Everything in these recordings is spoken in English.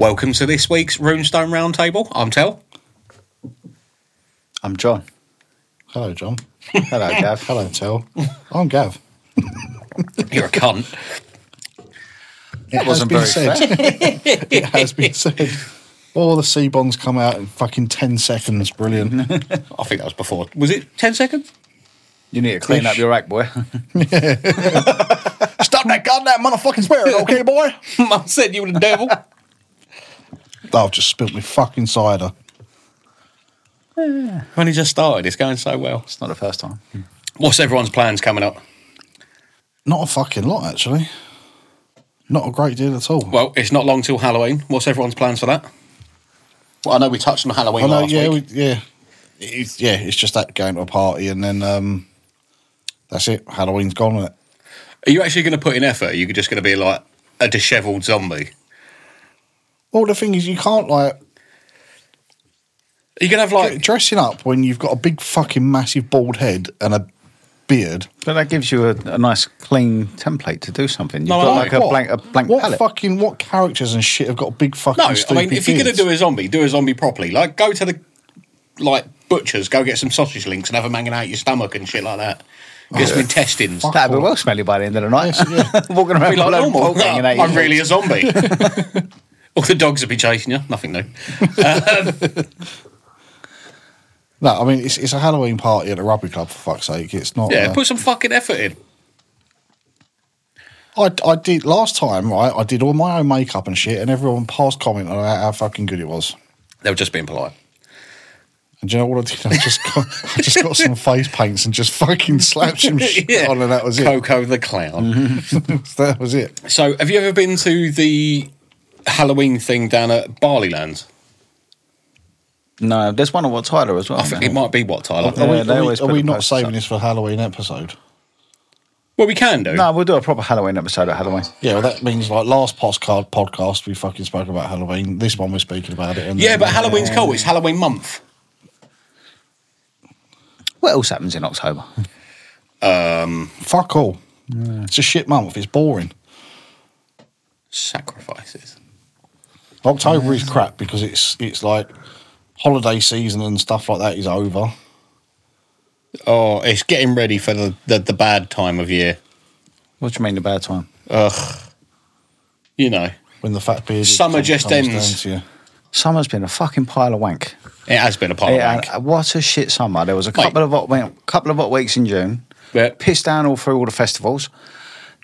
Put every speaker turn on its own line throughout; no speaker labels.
Welcome to this week's Runestone Roundtable. I'm Tel.
I'm John.
Hello, John.
Hello, Gav.
Hello, Tel. I'm Gav.
You're a cunt.
It has
wasn't
been
very
said. it has been said. All the C bombs come out in fucking 10 seconds. Brilliant.
I think that was before. Was it 10 seconds?
You need to clean up your act, boy.
Stop that goddamn motherfucking spirit, okay, boy?
Mum said you were the devil.
I've just spilt me fucking cider.
Only just started. It's going so well.
It's not the first time.
What's everyone's plans coming up?
Not a fucking lot, actually. Not a great deal at all.
Well, it's not long till Halloween. What's everyone's plans for that? Well, I know we touched on Halloween
I know,
last
yeah,
week.
we- yeah. It's, yeah, it's just that going to a party and then um, that's it. Halloween's gone, is it?
Are you actually going to put in effort? Are you just going to be like a dishevelled zombie?
Well, the thing is, you can't, like,
Are you going to have
Like,
like.
dressing up when you've got a big fucking massive bald head and a beard.
But that gives you a, a nice, clean template to do something. You've
No,
got
I like
like a
What?
blank, a blank
what
palette.
fucking what characters and shit have got big fucking?
No, I mean,
stupid
if you're going
beards?
to do a zombie, do a zombie properly. Like, go to the like butchers, go get some sausage links and have them hanging out your stomach and shit like that. Get some intestines.
Fuck.
That'd be well smelly by the end of the night. Walking around
Be like
with a load of
normal.
pork hanging out your
I'm really a zombie. All the dogs will be chasing you. Nothing new.
no, I mean it's, it's a Halloween party at a rugby club for fuck's sake. It's not.
Yeah,
uh,
put some fucking effort in.
I, I did last time, right? I did all my own makeup and shit, and everyone passed comment on how, how fucking good it was.
They were just being polite.
And do you know what I did? I just got, I just got some face paints and just fucking slapped some shit on, and that was it.
Coco the clown.
that was it.
So, have you ever been to the Halloween thing down at Barleylands?
No, there's one on What's Tyler as well.
I think it might be what Tyler.
Are we,
Yeah, they
are we-
always
are
put
we
the
not
posters
saving
up.
this for Halloween episode?
Well, we can do.
No, we'll do a proper Halloween episode at Halloween.
Yeah, well, that means like last postcard podcast we fucking spoke about Halloween. This one we're speaking about it. And
Yeah,
then-
but Halloween's cool. It's Halloween month.
What else happens in October?
fuck all. It's a shit month. It's boring.
Sacrifices.
October is crap because it's it's like holiday season and stuff like that is over.
Oh, it's getting ready for the, the, the bad time of year.
What do you mean the bad time?
Ugh. You know,
When the fat beard
Summer just ends.
Down to you.
Summer's been a fucking pile of wank.
it has been a pile
Yeah,
of wank.
and what a shit summer. There was a couple of hot, well, couple of hot weeks in June.
Yeah.
Pissed down all through all the festivals.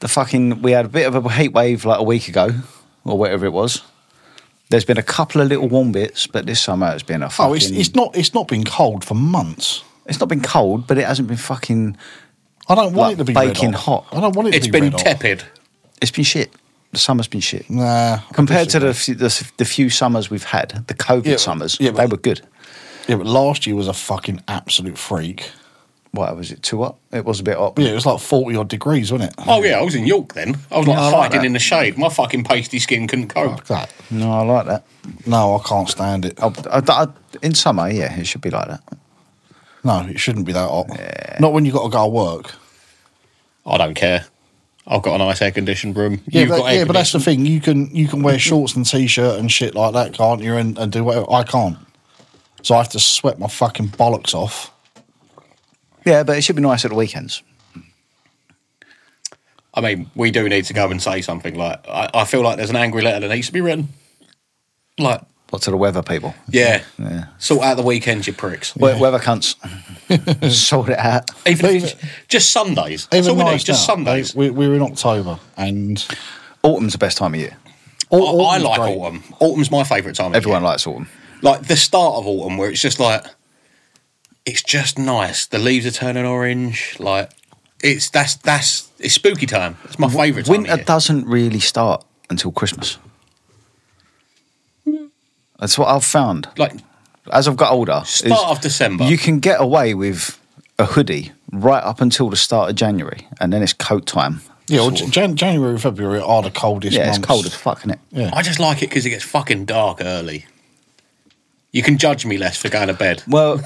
The fucking we had a bit of a heat wave like a week ago or whatever it was. There's been a couple of little warm bits, but this summer it's been a fucking.
Oh, it's it's not it's not been cold for months.
it's not been cold, but it hasn't been fucking.
I don't want
Like
it to be
baking
red
hot.
I don't want it.
It's
to be
been
red hot.
tepid.
It's been shit. The summer's been shit.
Nah, I
Compared to
disagree.
the, f- the s- the few summers we've had, the COVID
Yeah,
summers,
yeah,
they
but-
were good.
yeah, but last year was a fucking absolute freak.
What was it? Two up? It was a bit up.
Yeah, it was like forty odd degrees, wasn't it?
Oh, yeah, I was in York then. I was like
I like
hiding
that.
in the shade. My fucking pasty skin couldn't cope.
Fuck that.
No, I like that.
No, I can't stand it.
I, I, I, in summer, yeah, it should be like that.
No, it shouldn't be that hot. Not when you got to go to work.
I don't care. I've got a nice air conditioned room.
Yeah,
You've
but,
got air
yeah, but that's the thing. You can you can wear shorts and t-shirt and shit like that, can't you? And, and do whatever. I can't. So I have to sweat my fucking bollocks off.
Yeah, but it should be nice at the weekends.
I mean, we do need to go and say something. Like, I, I feel like there's an angry letter that needs to be written. Like,
Lots of the weather people.
yeah,
Yeah.
sort out the weekends, you pricks.
We- Weather cunts. sort it out.
Even if it's just Sundays. That's all we need, just
now,
Sundays.
like, We're, we're in October and
Autumn's the best time of year.
I, I
autumn's
like
great.
autumn. Autumn's my favourite time. Of
Everyone
year.
likes autumn.
like the start of autumn, where it's just like, it's just nice. The leaves are turning orange. Like, it's that's that's it's spooky time. It's my favourite time.
Winter
of year.
doesn't really start until Christmas. Hmm. That's what I've found.
like
As I've got older, is
Start of December.
You can get away with a hoodie right up until the start of January, and then it's coat time.
Yeah, well,
Sort of.
Jan- January and February are the coldest.
yeah, it's
months.
cold as fuck, isn't it?
Yeah.
I just like it because it gets fucking dark early. You can judge me less for going to bed.
Well,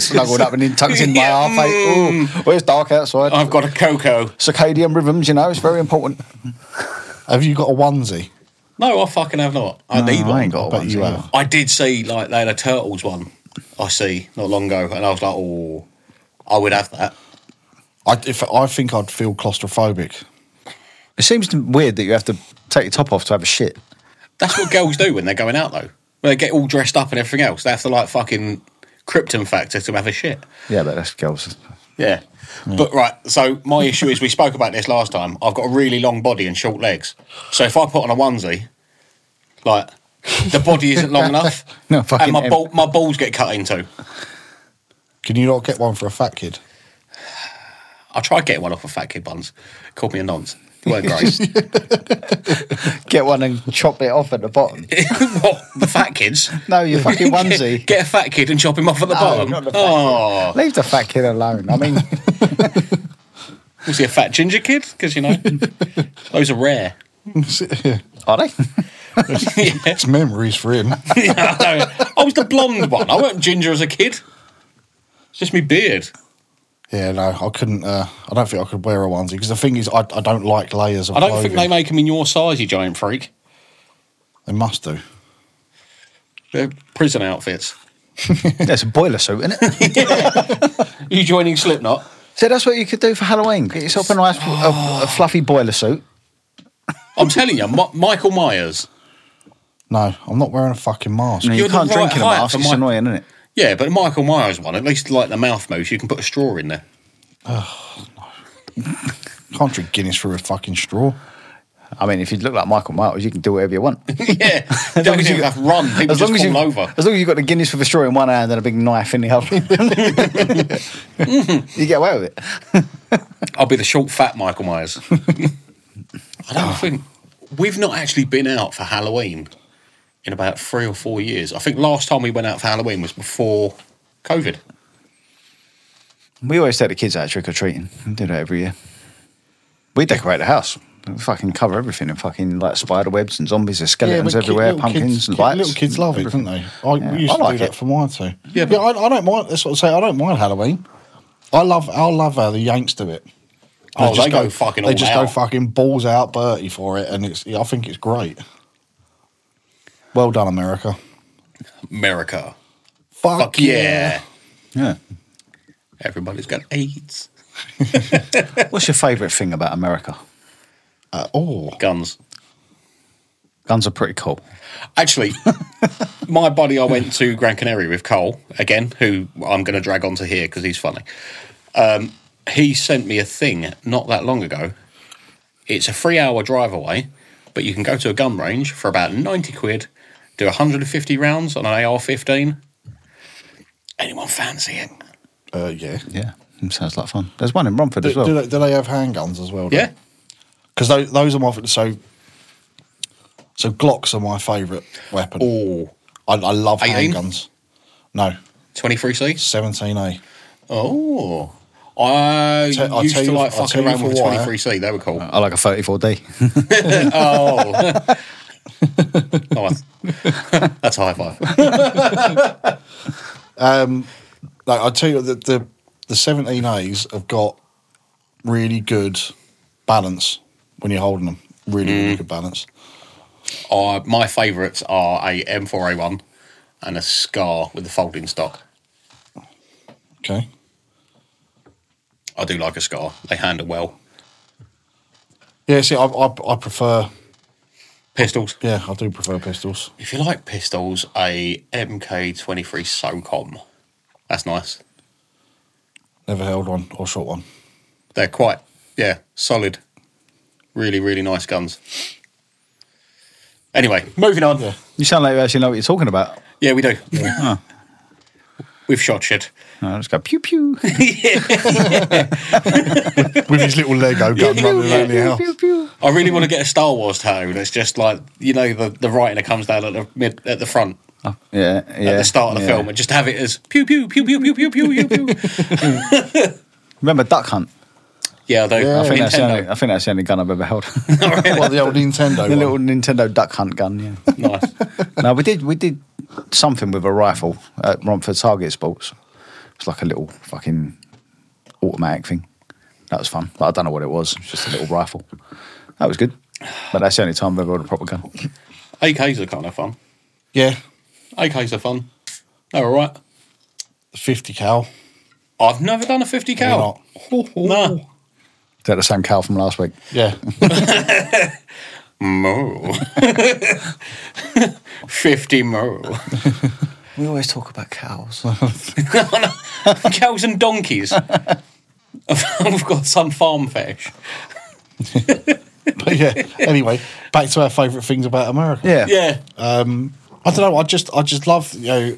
snuggled up and then tucked in my
Yeah,
arm. mate. Ooh, well, it's dark outside.
I've got a cocoa.
Circadian rhythms, you know, it's very important.
Have you got a onesie?
No, I fucking have not. I need
I
one.
ain't got
bet
one.
you
so-
have.
I did see like they had a turtles one. I see not long ago, and I was like, oh, I would have that.
I, if, I think I'd feel claustrophobic.
It seems to- weird that you have to take your top off to have a shit.
That's what girls do when they're going out though. When they get all dressed up and everything else, they have to like fucking krypton factor to have a shit.
Yeah, but that's girls.
Yeah. But right, so my issue is we spoke about this last time. I've got a really long body and short legs. So if I put on a onesie, like the body isn't long enough,
No,
and
fucking
my
em-
ball, my balls get cut into.
Can you not get one for a fat kid?
I tried getting one off a fat kid once. Called me a nonce. They weren't great.
Get one and chop it off at the bottom.
what the fat kids?
No, your fucking onesie.
Get, get a fat kid and chop him off at the bottom.
not the fat kid.
oh,
Leave the fat kid alone. I mean,
was he a fat ginger kid? Because you know those are rare.
it's
are they?
yeah.
memories for him.
I was the blonde one. I wasn't ginger as a kid. It's just me beard.
yeah, no, I couldn't. Uh, I don't think I could wear a onesie because the thing is, I, I don't like layers of.
I don't think they
clothing.
make them in your size, you giant freak.
They must do.
They're prison outfits.
That's a boiler suit, isn't it?
you joining Slipknot?
So that's what you could do for Halloween. Get yourself a nice, a, a fluffy boiler suit.
I'm telling you, Mi- Michael Myers.
No, I'm not wearing a fucking mask.
You
You're the
can't
right
drink in a
height
mask.
for
It's
my-
annoying, isn't it?
Yeah, but Michael Myers one, at least like the mouth moves, you can put a straw in there.
Can't drink Guinness through a fucking straw.
I mean, if you look like Michael Myers, you can do whatever you want.
yeah. As long as you have to run, people just fall
you,
over.
as long as you've got the Guinness for the straw in one hand and a big knife in the other, you get away with it.
I'll be the short, fat Michael Myers. I don't think we've not actually been out for Halloween in about three or four years. I think last time we went out for Halloween was before COVID.
We always take the kids out trick or treating. We do that every year. We decorate the house. We fucking cover everything and fucking like spider webs and zombies and skeletons
but kid-
everywhere,
little
pumpkins
kids,
and
kid-
lights.
Little kids love it, don't they? I
Yeah,
we used
I
to
like
do that
it.
for mine too.
Yeah,
Yeah,
but-
I, I don't mind. That's what I say. I don't mind Halloween. I love. I love how the Yanks do it.
Oh, they go fucking
They
all
just go
out.
fucking balls out, Bertie for it, and it's. I think it's great. Well done, America.
America.
Fuck,
Fuck yeah.
Yeah.
Everybody's got AIDS.
What's your favourite thing about America?
Uh, oh,
Guns.
Guns are pretty cool.
Actually, my buddy I went to Gran Canaria with Cole again, who I'm going to drag onto here because he's funny. Um, he sent me a thing not that long ago. It's a three hour drive away, but you can go to a gun range for about 90 quid, do 150 rounds on an AR 15. Anyone fancy it?
uh, yeah.
Yeah. Sounds like fun. There's one in Romford
Do,
as well.
do, they, do they have handguns as well? do
Yeah.
because those, those are my fa- so. So Glocks are my favourite weapon.
Or
I, I love
18?
handguns. No,
23C?
seventeen A.
Oh. I
Te- I'll
used
tell
to
you-
like
I'll
fucking
tell you
around with a
for why. Uh.
23C. They were cool.
I like a 34D.
Oh. nice. That's a high five.
like I tell you that the the seventeen A's have got really good balance when you're holding them. Really,
Mm.
really good balance.
Uh, my favourites are a M4A1 and a Scar with the folding stock.
Okay.
I do like a Scar. They handle well.
Yeah. See, I I, I prefer.
Pistols.
Yeah, I do prefer pistols.
If you like pistols, a MK23 SOCOM. That's nice.
Never held one or shot one.
They're quite, yeah, solid. Really, really nice guns. Anyway, moving on. Yeah,
You sound like you actually know what you're talking about.
we do. We've shot shit.
I just go pew pew.
With his little Lego gun running around the house.
pew, pew.
I really want to get a Star Wars tattoo that's just like you know the, the writing that comes down at the mid at the front
Oh, Yeah, yeah.
at the start of the
yeah.
film and just have it as pew pew pew pew pew pew pew pew pew.
Remember Duck Hunt?
yeah, I do.
Yeah.
I think, that's the only,
Nintendo.
I think that's the only gun I've ever held.
What the old Nintendo
the
one.
little Nintendo Duck Hunt gun. Yeah.
nice.
no, we did we did something with a rifle at Romford Target Sports. It's like a little fucking automatic thing. That was fun. But I don't know what it was. It's just a little rifle. That was good. But that's the only time I've ever had a proper gun.
AKs are kind of fun.
Yeah,
AKs are fun. They're all right.
fifty cal.
I've never done a 50 cal. No.
Is that the same cow from last week?
Yeah,
Mo. 50 mo.
We always talk about cows.
Cows and donkeys. I've got some farm fetish.
but yeah. Anyway, back to our favourite things about America.
yeah.
Yeah.
I don't know. I just I just love you know.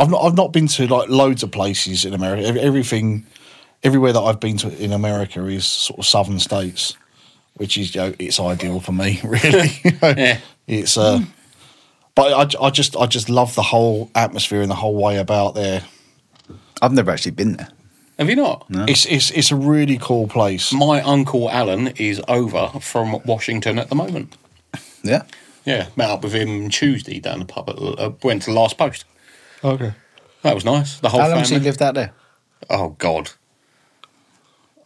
I've not I've not been to like loads of places in America. Ev- Everything, everywhere that I've been to in America is sort of southern states, which is you know it's ideal for me really. You know,
Yeah.
It's uh, but I, j- I just I just love the whole atmosphere and the whole way about there.
I've never actually been there.
Have you not?
It's it's it's a really cool place.
My uncle Alan is over from Washington at the moment.
Yeah.
Yeah, met up with him Tuesday down the pub. At, uh, went to the last post.
Okay.
That was nice. The whole
How long has
family.
he lived out there?
oh God,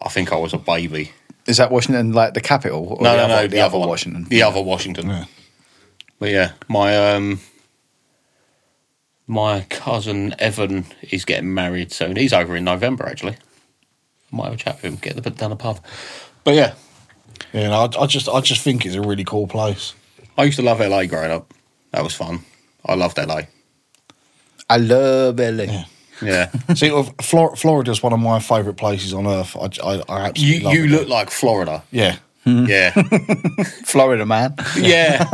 I think I was a baby.
Is that Washington, like the capital? Or
No,
the
no,
other,
no,
the, other
one.
Washington.
The other Washington.
Yeah.
But yeah, my um, my cousin Evan is getting married soon. He's over in November actually. Might have a chat with him. Get the down the pub. But yeah,
Yeah, no, I, I just I just think it's a really cool place.
I used to love LA growing up. That was fun. I loved LA.
I love LA.
Yeah.
See, Flor- Florida's one of my favourite places on earth. I, j- I- I
you
absolutely love
you Hmm.
it.
look like Florida.
yeah.
Mm.
Yeah.
Florida Man.
yeah.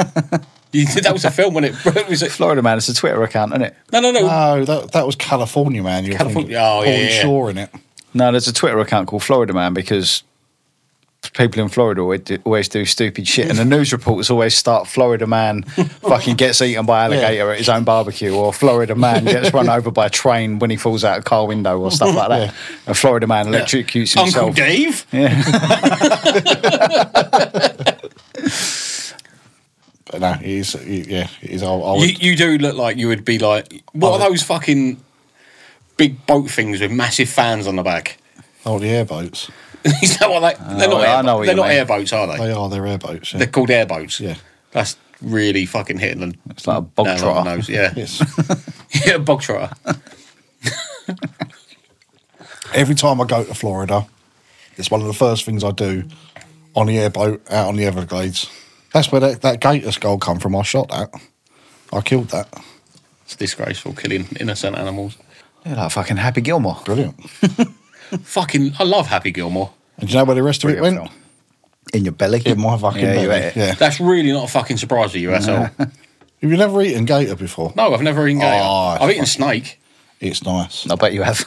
You, that was a film when it, it was it,
Florida Man is a Twitter account, isn't it?
No, no, no.
No, that that was California man. You're
California-
California,
oh,
oh,
yeah, yeah.
Shore in it.
No, there's a Twitter account called Florida Man because people in Florida always do, always do stupid shit, and the news reports always start Florida Man fucking gets eaten by alligator at his own barbecue, or Florida Man gets run over by a train when he falls out a car window, or stuff like that. And Florida Man electrocutes
Uncle
himself.
Dave.
But no, it is. it- yeah, it is. I, I
You,
would,
you do look like you would be like what
Oh.
are those fucking big boat things with massive fans on the back?
oh, the airboats.
Is that what they? They're not.
Oh, I
airbo-
know what
they're
you
not
mean.
airboats, are they?
They are. They're airboats. Oh, Yeah.
They're called airboats.
Yeah.
That's really fucking hitting them.
It's like a bog
nail on
trotter.
the nose, Yeah.
Yes.
yeah, bog trotter.
Every time I go to Florida, it's one of the first things I do on the airboat out on the Everglades. That's where that, that gator skull come from. I shot that. I killed that.
It's disgraceful killing innocent animals.
They're like fucking Happy Gilmore.
Brilliant.
Fucking, I love Happy Gilmore.
And do you know where the rest of it
Brilliant
went?
film. In your belly.
In my fucking
Yeah, you
belly.
ate it.
Yeah.
That's really not a fucking surprise for you at all.
Have you never eaten gator before?
No, I've never eaten gator.
Oh,
I've eaten snake.
It's nice.
I bet you have.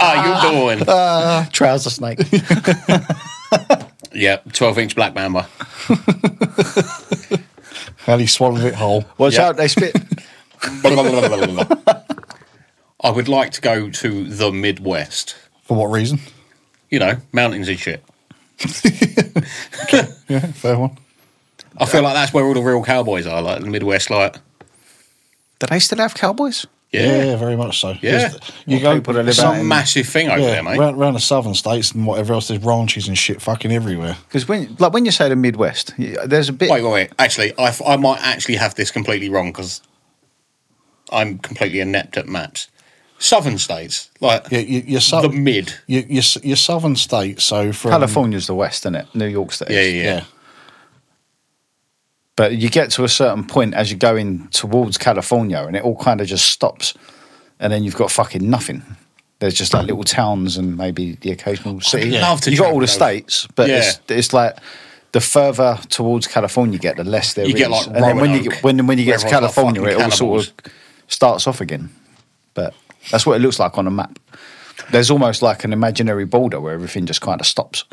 Ah, you're doing.
Trouser snake.
Yeah, 12 inch black mamba.
And he swallowed it whole.
Watch
Yeah.
out, they spit.
I would like to go to the Midwest.
For what reason?
You know, mountains and shit.
Yeah, fair one.
I feel like that's where all the real cowboys are, like the Midwest, like.
Do they still have cowboys?
Yeah,
Yeah.
very much so.
Yeah.
Because You
Well,
go
people that live
It's
out
a
in-
massive thing over there,
yeah,
mate.
round, round the southern states and whatever else, there's ranches and shit fucking everywhere.
Because when, like, when you say the Midwest, y- there's a bit.
Wait, wait, wait. Actually, I, I might actually have this completely wrong because I'm completely inept at maps. Southern states, like
Yeah, you, you're sou-
the mid.
you, you're, s- you're southern states, so from
California's the West, isn't it? New York's the East.
Yeah, yeah, yeah.
yeah,
But you get to a certain point as you're going towards California, and it all kind of just stops, and then you've got fucking nothing. There's just like little towns and maybe the occasional city.
love to
you got all the
travel those.
states, but it's, it's like the further towards California you get, the less there is.
You get, like,
and then when you get
Roanoke,
when, when you get to
where everyone's like
California, it
fucking
all sort of starts off again. But that's what it looks like on a map. There's almost like an imaginary border where everything just kind of stops,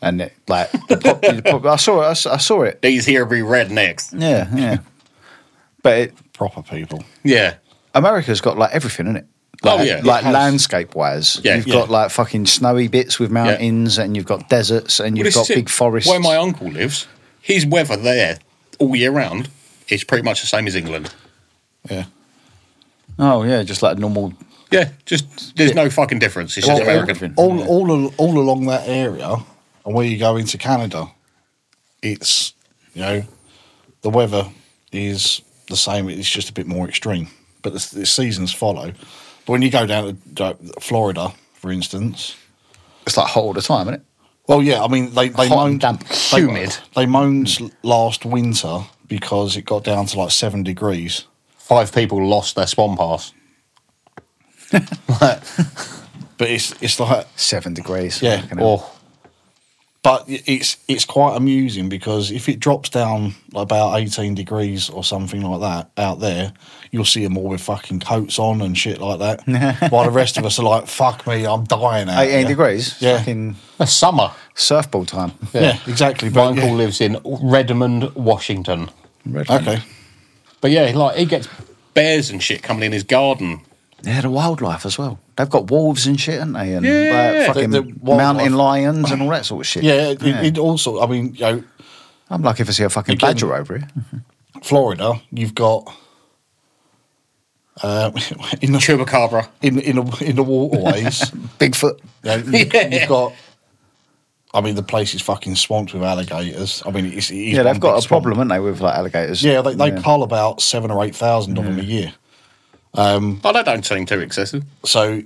and it like the pop, the pop- I saw it. I s- I saw it
These here be rednecks.
yeah, yeah. But it,
proper people.
Yeah.
America's got like everything in it.
Oh,
Like,
yeah.
like
It has.
landscape wise,
Yeah,
you've
yeah.
got like fucking snowy bits with mountains, and you've got deserts, and
Well,
you've
this
got
is it.
big forests.
Where my uncle lives, his weather there all year round is pretty much the same as England.
Yeah,
oh yeah, just like normal.
Yeah, just there's no fucking difference. It's just
Well,
American.
all all al- all along that area, and where you go into Canada, it's you know the weather is the same. It's just a bit more extreme, but the, the seasons follow. But when you go down to uh, Florida, for instance,
It's like hot all the time, isn't it?
well, yeah, I mean they they
Hot and
moaned
damp.
they-
Humid.
They moaned last winter because it got down to like seven degrees.
Five people lost their swan pass.
But it's it's like
Seven degrees.
Yeah,
Fucking hell.
Or
but it's it's quite amusing because if it drops down like about 18 degrees or something like that out there, you'll see them all with fucking coats on and shit like that. while the rest of us are like, fuck me, I'm dying out.
18
here."
degrees.
Yeah.
Fucking
that's summer.
surfball time.
Yeah, exactly.
My
But
uncle
yeah.
lives in Redmond, Washington.
Redland.
Okay.
But yeah, like he gets bears and shit coming in his garden.
Yeah, the wildlife as well. They've got wolves and shit, haven't they? And
Yeah.
like, fucking
The- the wildlife.
mountain lions and all that sort of shit.
Yeah, it, it also, I mean, you know,
I'm lucky if I see a fucking
Again-
badger over here.
Florida, you've got. Uh, in the
Chupacabra.
in in the, in the waterways,
Bigfoot.
Yeah, you-
Yeah.
You've got. I mean, the place is fucking swamped with alligators. I mean, it's, it is
Yeah,
one
they've got
big
a
swamp.
problem, haven't they, with like alligators?
Yeah, they, they cull about seven or eight thousand of them a year.
Oh, they don't seem too excessive.
So,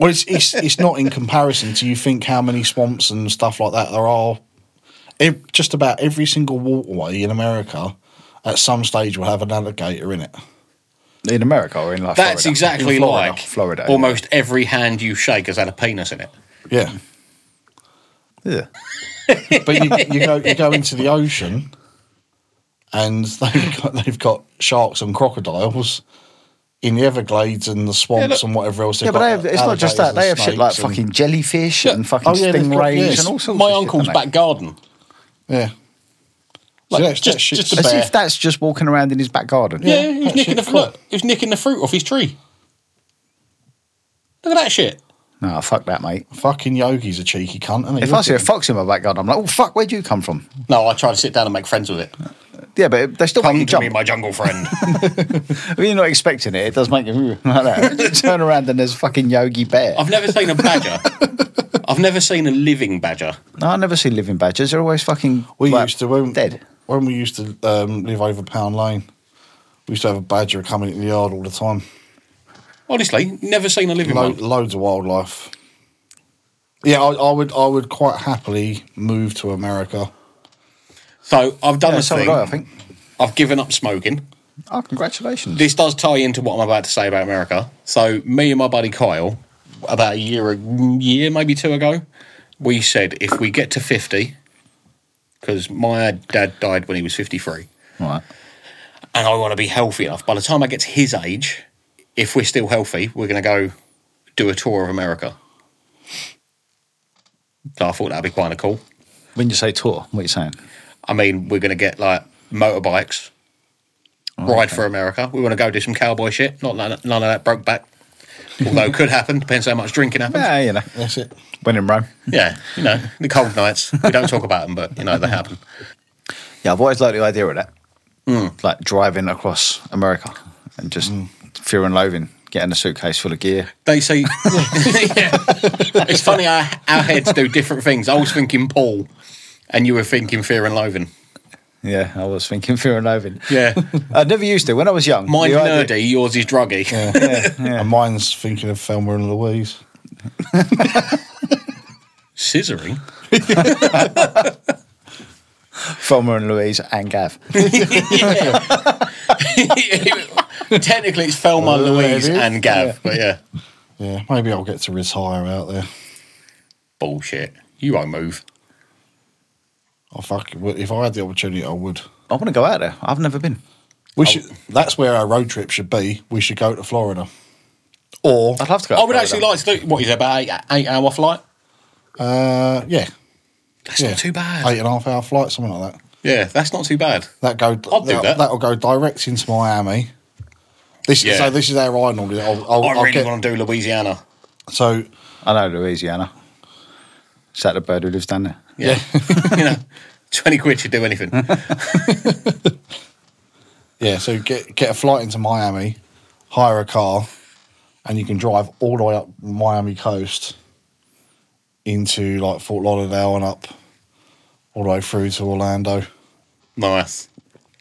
well, it's, it's it's not in comparison to you think how many swamps and stuff like that there are. Ev- just about every single waterway in America, at some stage, will have an alligator in it.
in America or in like
That's
Florida.
exactly
In Florida.
like
Florida.
Almost every hand you shake has had a penis in it.
Yeah,
Yeah.
but you, you go you go into the ocean, and they've got, they've got sharks and crocodiles in the Everglades and the swamps
look-
and whatever else. They've
Yeah, but
got
they have, it's not just
alligators
that.
and
They have shit like
snakes and-
fucking jellyfish and fucking
Oh, yeah, they've got-
stingrays
yes.
and all sorts
My
of shit,
uncle's
don't they?
back garden.
yeah.
Like,
so that's,
just-
that shit's
just a
As
bear.
if that's just walking around in his back garden.
Yeah,
Yeah,
he was
that
nicking the
shit's cool.
look, he was nicking the fruit off his tree. Look at that shit.
No, fuck that, mate.
Fucking Yogi's a cheeky cunt, isn't he?
If I
Look
see a
at him.
fox in my back garden, I'm like, oh, fuck, where'd you come from?
No, I try to sit down and make friends with it.
Yeah, but they still
Come
make you
to
jump.
me, my jungle friend.
If you're not expecting it, it does make you like that. You turn around and there's a fucking Yogi Bear.
I've never seen a badger. I've never seen a living badger.
No, I never see living badgers. They're always fucking
we
like,
used to when,
dead.
when we used to um, live over Pound Lane. We used to have a badger coming in the yard all the time.
Honestly, never seen a living
Lo-
one.
loads of wildlife. Yeah, I, I would. I would quite happily move to America.
So I've done
Yeah,
a
so
thing.
would I, I think.
I've given up smoking.
Oh, congratulations.
This does tie into what I'm about to say about America. So me and my buddy Kyle, about a year, a year maybe two ago, we said if we get to 50, because my dad died when he was 53.
Right.
and I want to be healthy enough. By the time I get to his age, if we're still healthy, we're going to go do a tour of America. So I thought that'd be kind of cool.
When you say tour, what are you saying?
I mean, we're going to get like motorbikes, ride for America. We want to go do some cowboy shit. Not none, none of that broke back. Although it could happen, depends how much drinking happens.
Yeah, you know.
That's it.
When in Rome.
Yeah, you know, the cold nights. We don't talk about them, but you know, they happen.
Yeah, I've always liked the idea of that. Like driving across America and just fear and loathing, getting a suitcase full of gear.
They say, yeah. It's funny how our heads do different things. I was thinking Paul, and you were thinking Fear and Loathing.
Yeah, I was thinking fear and loathing.
Yeah.
I never used to. When I was young,
Mine's
the idea-
nerdy, yours is druggy.
And mine's thinking of Thelma and Louise.
Scissoring?
Thelma and Louise and Gav.
Technically, it's Thelma,
Oh,
Louise,
it is.
and Gav, but yeah.
Yeah, maybe I'll get to retire out there.
Bullshit. You won't move.
I fucking would. If I had the opportunity, I would.
I want to go out there. I've never been.
Oh.
We should. That's where our road trip should be. We should go to Florida.
Or
I'd love to go
I would
further.
actually like to do. What is it, about eight, eight hour flight?
Uh, yeah,
That's
yeah.
not too bad.
Eight and a half hour flight, something like that.
yeah, that's not too bad.
That go.
I'll do that.
will go direct into Miami. This
Yeah.
so this is how I normally. I'll, I'll,
I
I'll
really
get,
want to do Louisiana.
So
I know Louisiana. Is that the bird who lives down there?
Yeah. you know, 20 quid should do anything.
yeah, so get get a flight into Miami, hire a car, and you can drive all the way up Miami coast into like Fort Lauderdale and up all the way through to Orlando.
nice.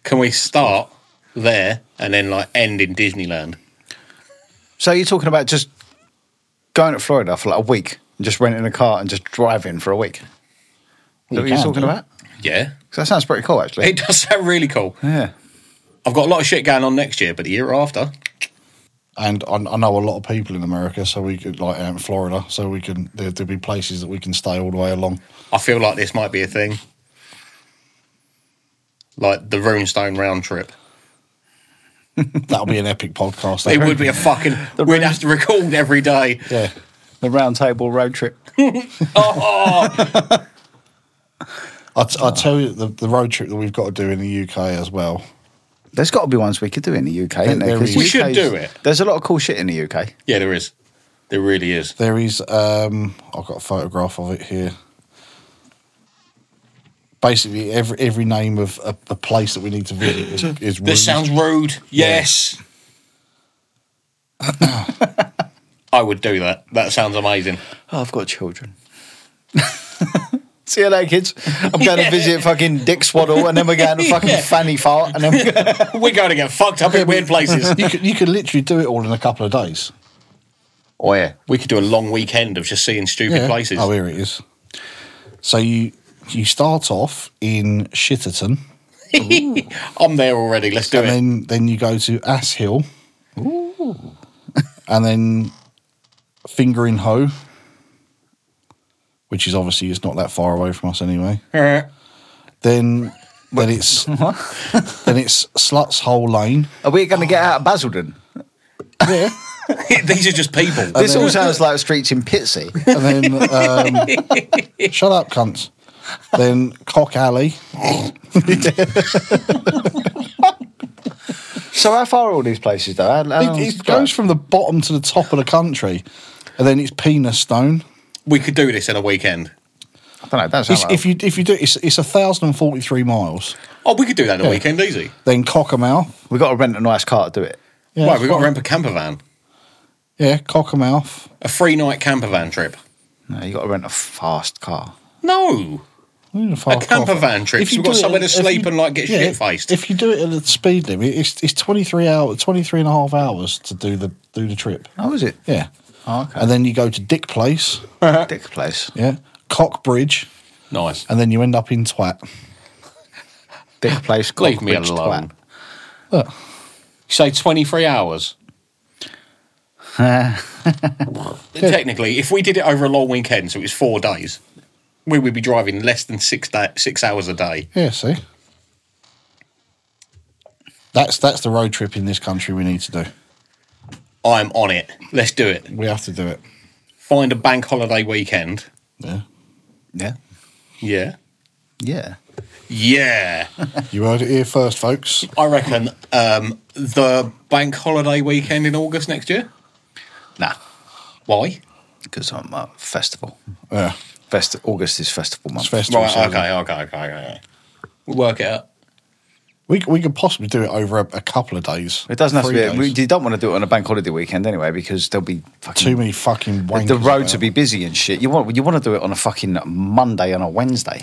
Can we start there and then like end in Disneyland?
So you're talking about just going to Florida for like a week and just renting a car and just driving for a week. Is that what you're
can
talking
do.
about? 'Cause
Yeah.
that sounds pretty cool, actually.
It does sound really cool.
yeah.
I've got a lot of shit going on next year, but the year after,
and I, I know a lot of people in America, so we could like out in Florida, so we can there there'll be places that we can stay all the way along.
I feel like this might be a thing. Like the Runestone round trip.
That'll be an epic podcast.
It
that.
would be a fucking. we'd have to record every day.
yeah.
The round table road trip.
I, t- I tell you the, the road trip that we've got to do in the UK as well.
There's got to be ones we could do in the UK, isn't there?
there
'Cause
is.
We should
UK's
do it.
There's a lot of cool shit in the UK.
Yeah, there is. There really is.
There is um, I've got a photograph of it here. Basically, every every name of a, a place that we need to visit is, is rude.
This sounds rude. Yes. I would do that. That sounds amazing.
Oh, I've got children. See you later, kids. I'm going to visit fucking Dick Swaddle and then we're going to fucking
Yeah.
Fanny Fart and then we're going
We're going to get fucked up in weird places.
you could you could literally do it all in a couple of days.
Oh, yeah.
We could do a long weekend of just seeing stupid places.
Oh, here it is. So you you start off in Shitterton,
I'm there already. Let's do
and
it.
then then you go to Ass Hill, and then Finger in Hoe, which is obviously it's not that far away from us anyway. Then then it's then it's Sluts Hole Lane.
Are we going to get out of Basildon?
Yeah.
These are just people.
Uh,
This all sounds like streets in Pitsy.
and then um, shut up, cunts. Then Cock Alley.
So how far are all these places though? How- how
It,
Oh,
long
it
is the
goes
drive?
from the bottom to the top of the country, and then it's Penis Stone.
We could do this in a weekend.
I don't know. That's
It's, if you if you do it's it's thousand and forty three miles.
Oh, we could do that in a weekend, easy.
Then Cockermouth,
we got to rent a nice car to do it.
Yeah,
right, we've got to rent a camper van.
yeah, Cockermouth.
A free night camper van trip.
No, you got to rent a fast car.
No.
A
camper van trip, so we've got somewhere to sleep and, like, get shit-faced.
If you do it at the speed limit, it's it's 23 hours, 23 and a half hours to do the do the trip.
How was it?
Yeah.
Oh, okay.
And then you go to Dick Place,
Dick place.
yeah, Cock Bridge,
Nice.
and then you end up in Twat.
Dick place.
Leave me
Cockbridge,
alone.
twat.
Look,
You say 23 hours. Technically, if we did it over a long weekend, so it was four days, we would be driving less than six da- six hours a day.
yeah, see. That's that's the road trip in this country we need to do.
I'm on it. Let's do it.
We have to do it.
Find a bank holiday weekend.
Yeah.
Yeah.
Yeah.
Yeah.
Yeah.
You heard it here first, folks.
I reckon um, the bank holiday weekend in August next year.
Nah.
Why?
Because I'm at festival.
Yeah.
Festi- August is festival month.
It's festival
Right,
season.
okay, okay, okay, okay. We'll work it out.
We, we could possibly do it over a, a couple of days.
It doesn't have
Three
to be.
days.
We, you don't want to do it on a bank holiday weekend anyway because there'll be fucking
Too many fucking wankers.
the roads
about.
will be busy and shit. You want you want to do it on a fucking Monday and a Wednesday.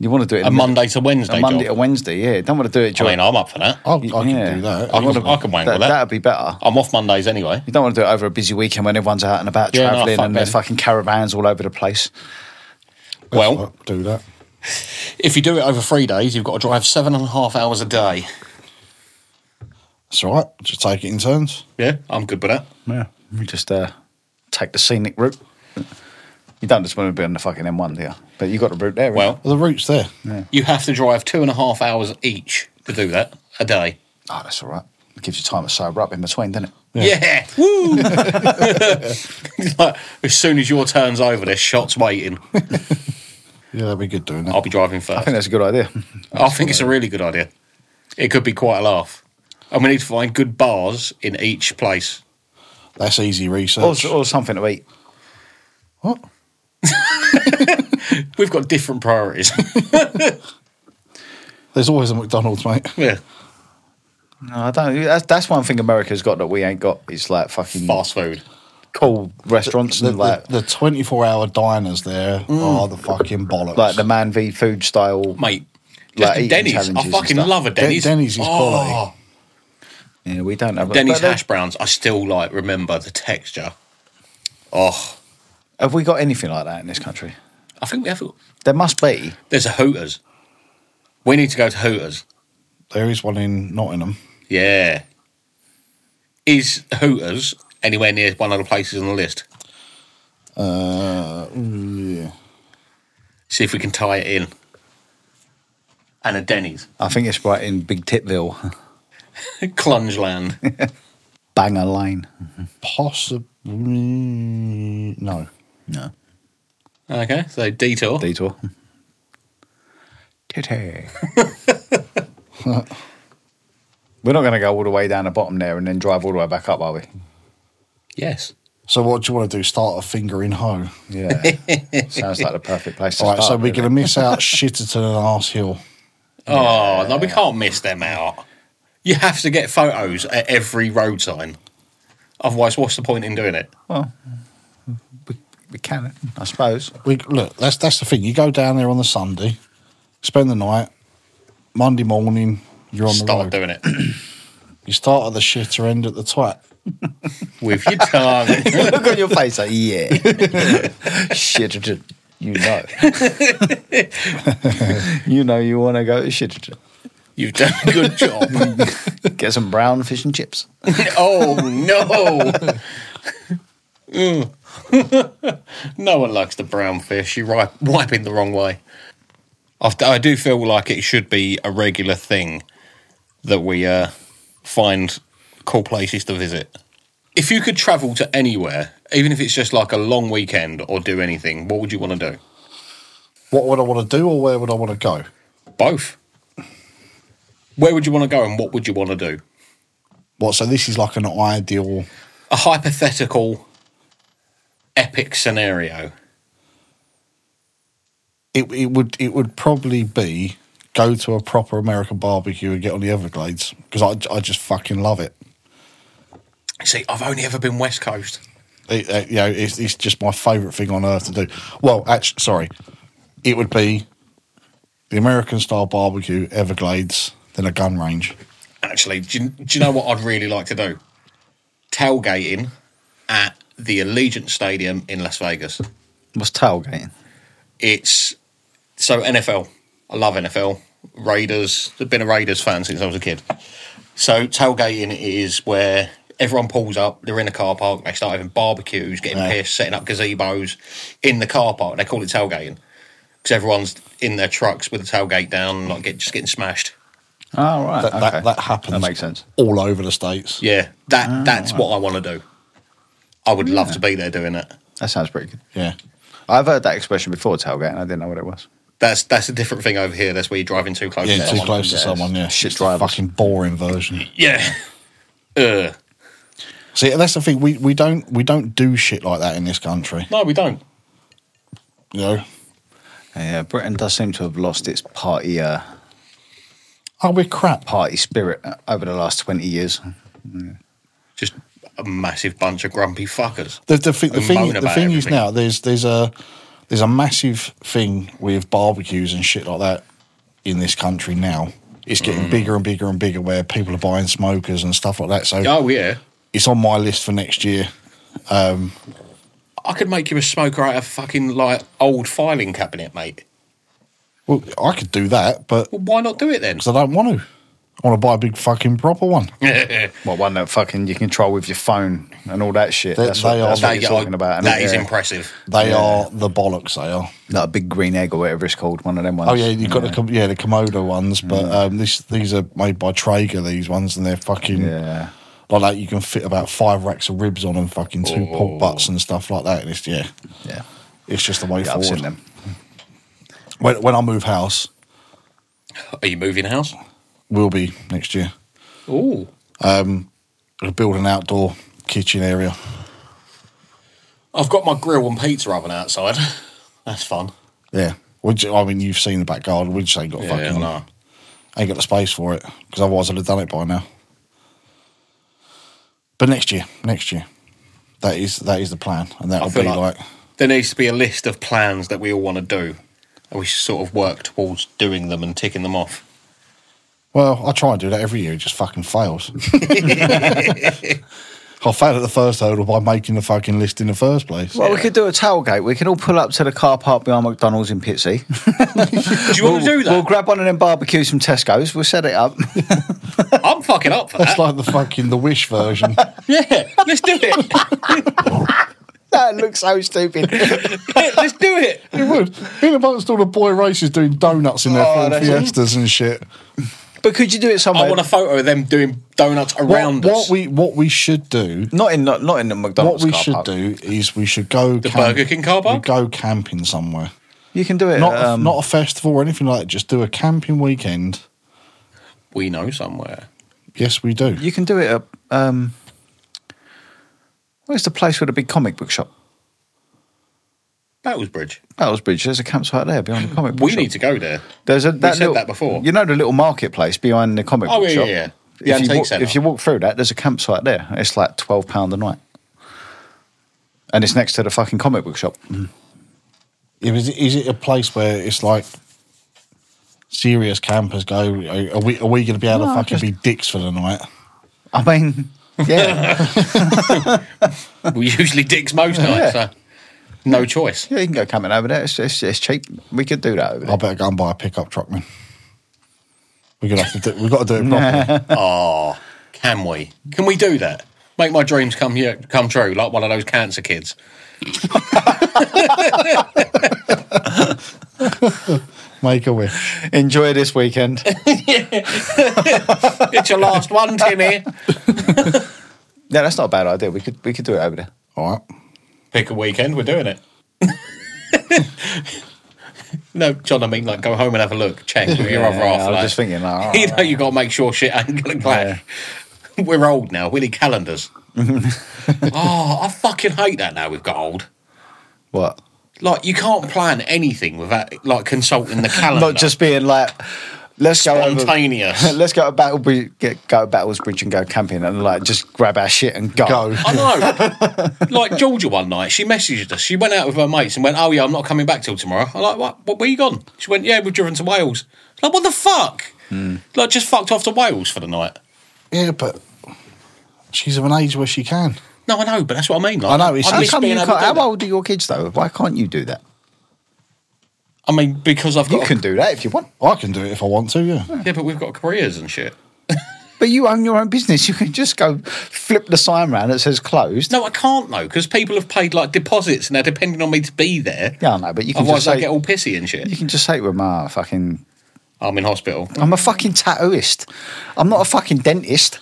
You want to do it in
A
the-
Monday to Wednesday
a Monday
job.
to Wednesday. Yeah, don't want to do it.
I
During,
mean, I'm up for that.
I, I can do that.
I can- I can wangle that.
would be better.
I'm off Mondays anyway.
You don't want to do it over a busy weekend when everyone's out and about
Yeah, no,
traveling
fuck
and there's
them.
fucking caravans all over the place.
Well,
I'll do that.
if you do it over three days, you've got to drive seven and a half hours a day.
It's all right. Just take it in turns.
Yeah, I'm good with that.
Yeah, you just uh, take the scenic route. You don't just want to be on the fucking M1 there, but you got the route there. haven't
Well,
Well, the route's there.
you have to drive two and a half hours each to do that a day.
you? oh, that's all right. It gives you time to sober up in between, doesn't it?
Yeah. Woo! It's like, as soon as your turn's over, there's shots waiting.
Yeah, that'd be good doing that.
I'll be driving first.
I think that's a good idea.
it's a really good idea. It could be quite a laugh. And we need to find good bars in each place.
That's easy research.
or, or something to eat.
what?
We've got different priorities.
There's always a McDonald's, mate.
yeah.
No, I don't. That's, that's one thing America's got that we ain't got is like fucking
Fast food.
cool restaurants
The,
and like Mm.
the, the 24 hour diners there are the fucking bollocks.
like the man v food style.
Mate, Just
like,
a
eating
Denny's. I
challenges and
fucking
stuff.
love a Denny's. Ah,
Denny's is
Oh.
quality.
Yeah, we don't have
Denny's
but they-
hash browns. I still like remember the texture. Oh,
Have we got anything like that in this country?
I think we have.
There must be.
There's a Hooters. We need to go to Hooters.
There is one in Nottingham.
Yeah. Is Hooters anywhere near one of the places on the list?
Uh, yeah.
See if we can tie it in. And a Denny's.
I think it's right in Big Titville,
Clungeland.
Banger Lane.
Possibly. No.
No.
okay, so detour.
Detour. Titty. We're not going to go all the way down the bottom there and then drive all the way back up, are we?
yes.
So what do you want to do? Start a finger in hoe.
Yeah. Sounds like the perfect place to
All right,
start.
so we're
really.
going to miss out Shitterton and Arse Hill.
Oh, no, we can't miss them out. You have to get photos at every road sign. Otherwise, what's the point in doing it?
We can, I suppose.
We look. That's that's the thing. You go down there on the Sunday, spend the night. Monday morning, you're on the
Start
road.
doing it
You start at the shitter, end at the twat.
with your tongue.
Look on your face, like, yeah. Shitterton. You know. you know you want to go to Shitterton.
You've done a good job.
Get some brown fish and chips.
oh no. Mm. no one likes the brown fish. You're right, wiping the wrong way. I've- I do feel like it should be a regular thing that we uh, find cool places to visit. If you could travel to anywhere, even if it's just like a long weekend or do anything, what would you want to do?
What would I want to do, or where would I want to go?
Both. Where would you want to go and what would you want to do?
What? So this is like an ideal.
a hypothetical epic scenario.
It, it would it would probably be go to a proper American barbecue and get on the Everglades because I, I just fucking love it.
See, I've only ever been West Coast.
it uh, you know, it's, it's just my favourite thing on earth to do. Well, actually, sorry, it would be the American style barbecue, Everglades, then a gun range.
Actually, do you, do you know what I'd really like to do? Tailgating at the Allegiant Stadium in Las Vegas.
What's tailgating?
It's so NFL. I love NFL. Raiders. I've been a Raiders fan since I was a kid. So tailgating is where everyone pulls up. They're in a car park. They start having barbecues, getting
Yeah.
pissed, setting up gazebos in the car park. They call it tailgating because everyone's in their trucks with the tailgate down, like get, just getting smashed.
Oh, right.
That,
okay.
that, that happens.
That makes sense.
All over the states.
Yeah, that that's what I want to do. I would love to be there doing it.
That sounds pretty good.
Yeah.
I've heard that expression before, tailgate, and I didn't know what it was.
That's that's a different thing over here. That's where you're driving too close.
Yeah,
to
too
someone.
close to
yes.
someone. Yeah,
Shit
It's the
drivers.
Fucking boring version.
Yeah. Uh, Ugh.
See, that's the thing. We, we don't we don't do shit like that in this country.
No, we don't.
You know,
Yeah, Britain does seem to have lost its party uh,
oh, we're crap.
party spirit uh, over the last twenty years.
Just a massive bunch of grumpy fuckers.
The, the, thi- the
And
thing,
moan
the thing
about
is
everything.
now there's there's a there's a massive thing with barbecues and shit like that in this country now. It's getting bigger and bigger and bigger where people are buying smokers and stuff like that. So
Oh yeah.
it's on my list for next year.
I could make you a smoker out of fucking like old filing cabinet, mate.
Well, I could do that, but
Well, why not do it then?
'cause I don't want to. I want to buy a big fucking proper one.
Well, one that fucking you control with your phone and all that shit.
They-
that's what,
they
that's
are-
what you're talking about. isn't
that
it?
is
Yeah.
impressive.
They are the bollocks. They are.
Like a big green egg or whatever it's called. One of them ones.
Oh yeah, you've got the com- yeah the Komodo ones, but um, this these are made by Traeger. These ones and they're fucking
Yeah.
like that. You can fit about five racks of ribs on and fucking two
Oh.
pork butts and stuff like that. And it's yeah,
Yeah.
it's just the way
Yeah, I've
forward.
seen them.
When when I move house,
Are you moving house?
will be next year.
Ooh.
I'll build an outdoor kitchen area.
I've got my grill and pizza oven outside. That's fun.
Yeah, we ju- I mean you've seen the back garden. We just ain't got fucking
no.
ain't got the space for it because otherwise I'd have done it by now. But next year, next year, that is that is the plan, and that'll
I feel
be
like
like
there needs to be a list of plans that we all want to do. and we sort of work towards doing them and ticking them off.
Well, I try and do that every year. It just fucking fails. I fail at the first hurdle by making the fucking list in the first place.
Well, we could do a tailgate. We can all pull up to the car park behind McDonald's in Pitsy.
Do you want to do that?
We'll grab one of them barbecues from Tesco's. We'll set it up.
I'm fucking up for
That's
that.
like the fucking the wish version.
yeah, let's do it.
that looks so stupid.
Yeah, let's do it.
it would. In amongst all the boy races doing donuts in their
Oh,
full
that's-
fiestas and shit.
But could you do it somewhere?
I want a photo of them doing donuts around
What, what
us.
we what we should do
not in not, not in the
what
McDonald's.
we
car
should
park.
do is we should go the
Burger King car park?
go camping somewhere.
You can do it.
Not
at,
a,
um,
not a festival or anything like that. Just do a camping weekend.
we know somewhere.
Yes, we do.
You can do it at. Um, where's the place with a big comic book shop?
Battlesbridge.
Battlesbridge. There's a campsite there behind the comic book
We
shop.
need to go there.
There's a, that
said
little,
that before.
You know the little marketplace behind the comic
Oh,
book
yeah,
shop.
yeah, yeah. The
if, you
antique
walk,
centre.
if you walk through that, there's a campsite there. It's like twelve pound a night, and it's next to the fucking comic book shop.
Yeah, Is it, is it a place where it's like serious campers go? Are are we are we going to be able
No,
to fucking
just-
be dicks for the night?
I mean, yeah,
We usually dicks most nights, so no choice.
yeah, you can go camping over there. It's, it's, it's cheap. We could do that over
I
there.
better go and buy a pickup truck, man. We're gonna have to. Do, we've got to do it properly.
Oh, can we? Can we do that? Make my dreams come yeah, come true, like one of those cancer kids.
Make a wish.
Enjoy this weekend.
It's your last one, Timmy.
Yeah, that's not a bad idea. We could we could do it over there.
All right.
Pick a weekend. We're doing it. no, John. I mean, like, go home and have a look. Check with your other half.
I was
like,
just thinking, like,
you know, you got to make sure shit ain't gonna clash. We're old now. We need calendars. oh, I fucking hate that. Now we've got old.
what?
Like, you can't plan anything without like consulting the calendar.
Not just being like, let's go over.
spontaneous.
Let's go to Battle Bridge, get, go to Battles Bridge and go camping and like just grab our shit and go.
Go.
I know. like Georgia one night, she messaged us. She went out with her mates and went, "Oh yeah, I'm not coming back till tomorrow." I'm like, "What? what where you gone?" She went, "Yeah, we've driven to Wales." Like, what the fuck?
Hmm.
Like, just fucked off to Wales for the night.
Yeah, but she's of an age where she can.
No, I know, but that's what I mean. Like,
I know, it's-
I,
How
miss
come you
being able
can't,
to do
How
that.
old are your kids though? Why can't you do that?
I mean, because I've got.
You can do that if you want,
I can do it if I want to. Yeah.
yeah, but we've got careers and shit.
but you own your own business. You can just go flip the sign round that says closed.
No, I can't though, because people have paid like deposits and they're depending on me to be there.
Yeah, I know, but you can
Otherwise,
just
I
say
get all pissy and
you
shit.
can just say to them, "Ah, fucking."
I'm in hospital.
I'm a fucking tattooist. I'm not a fucking dentist.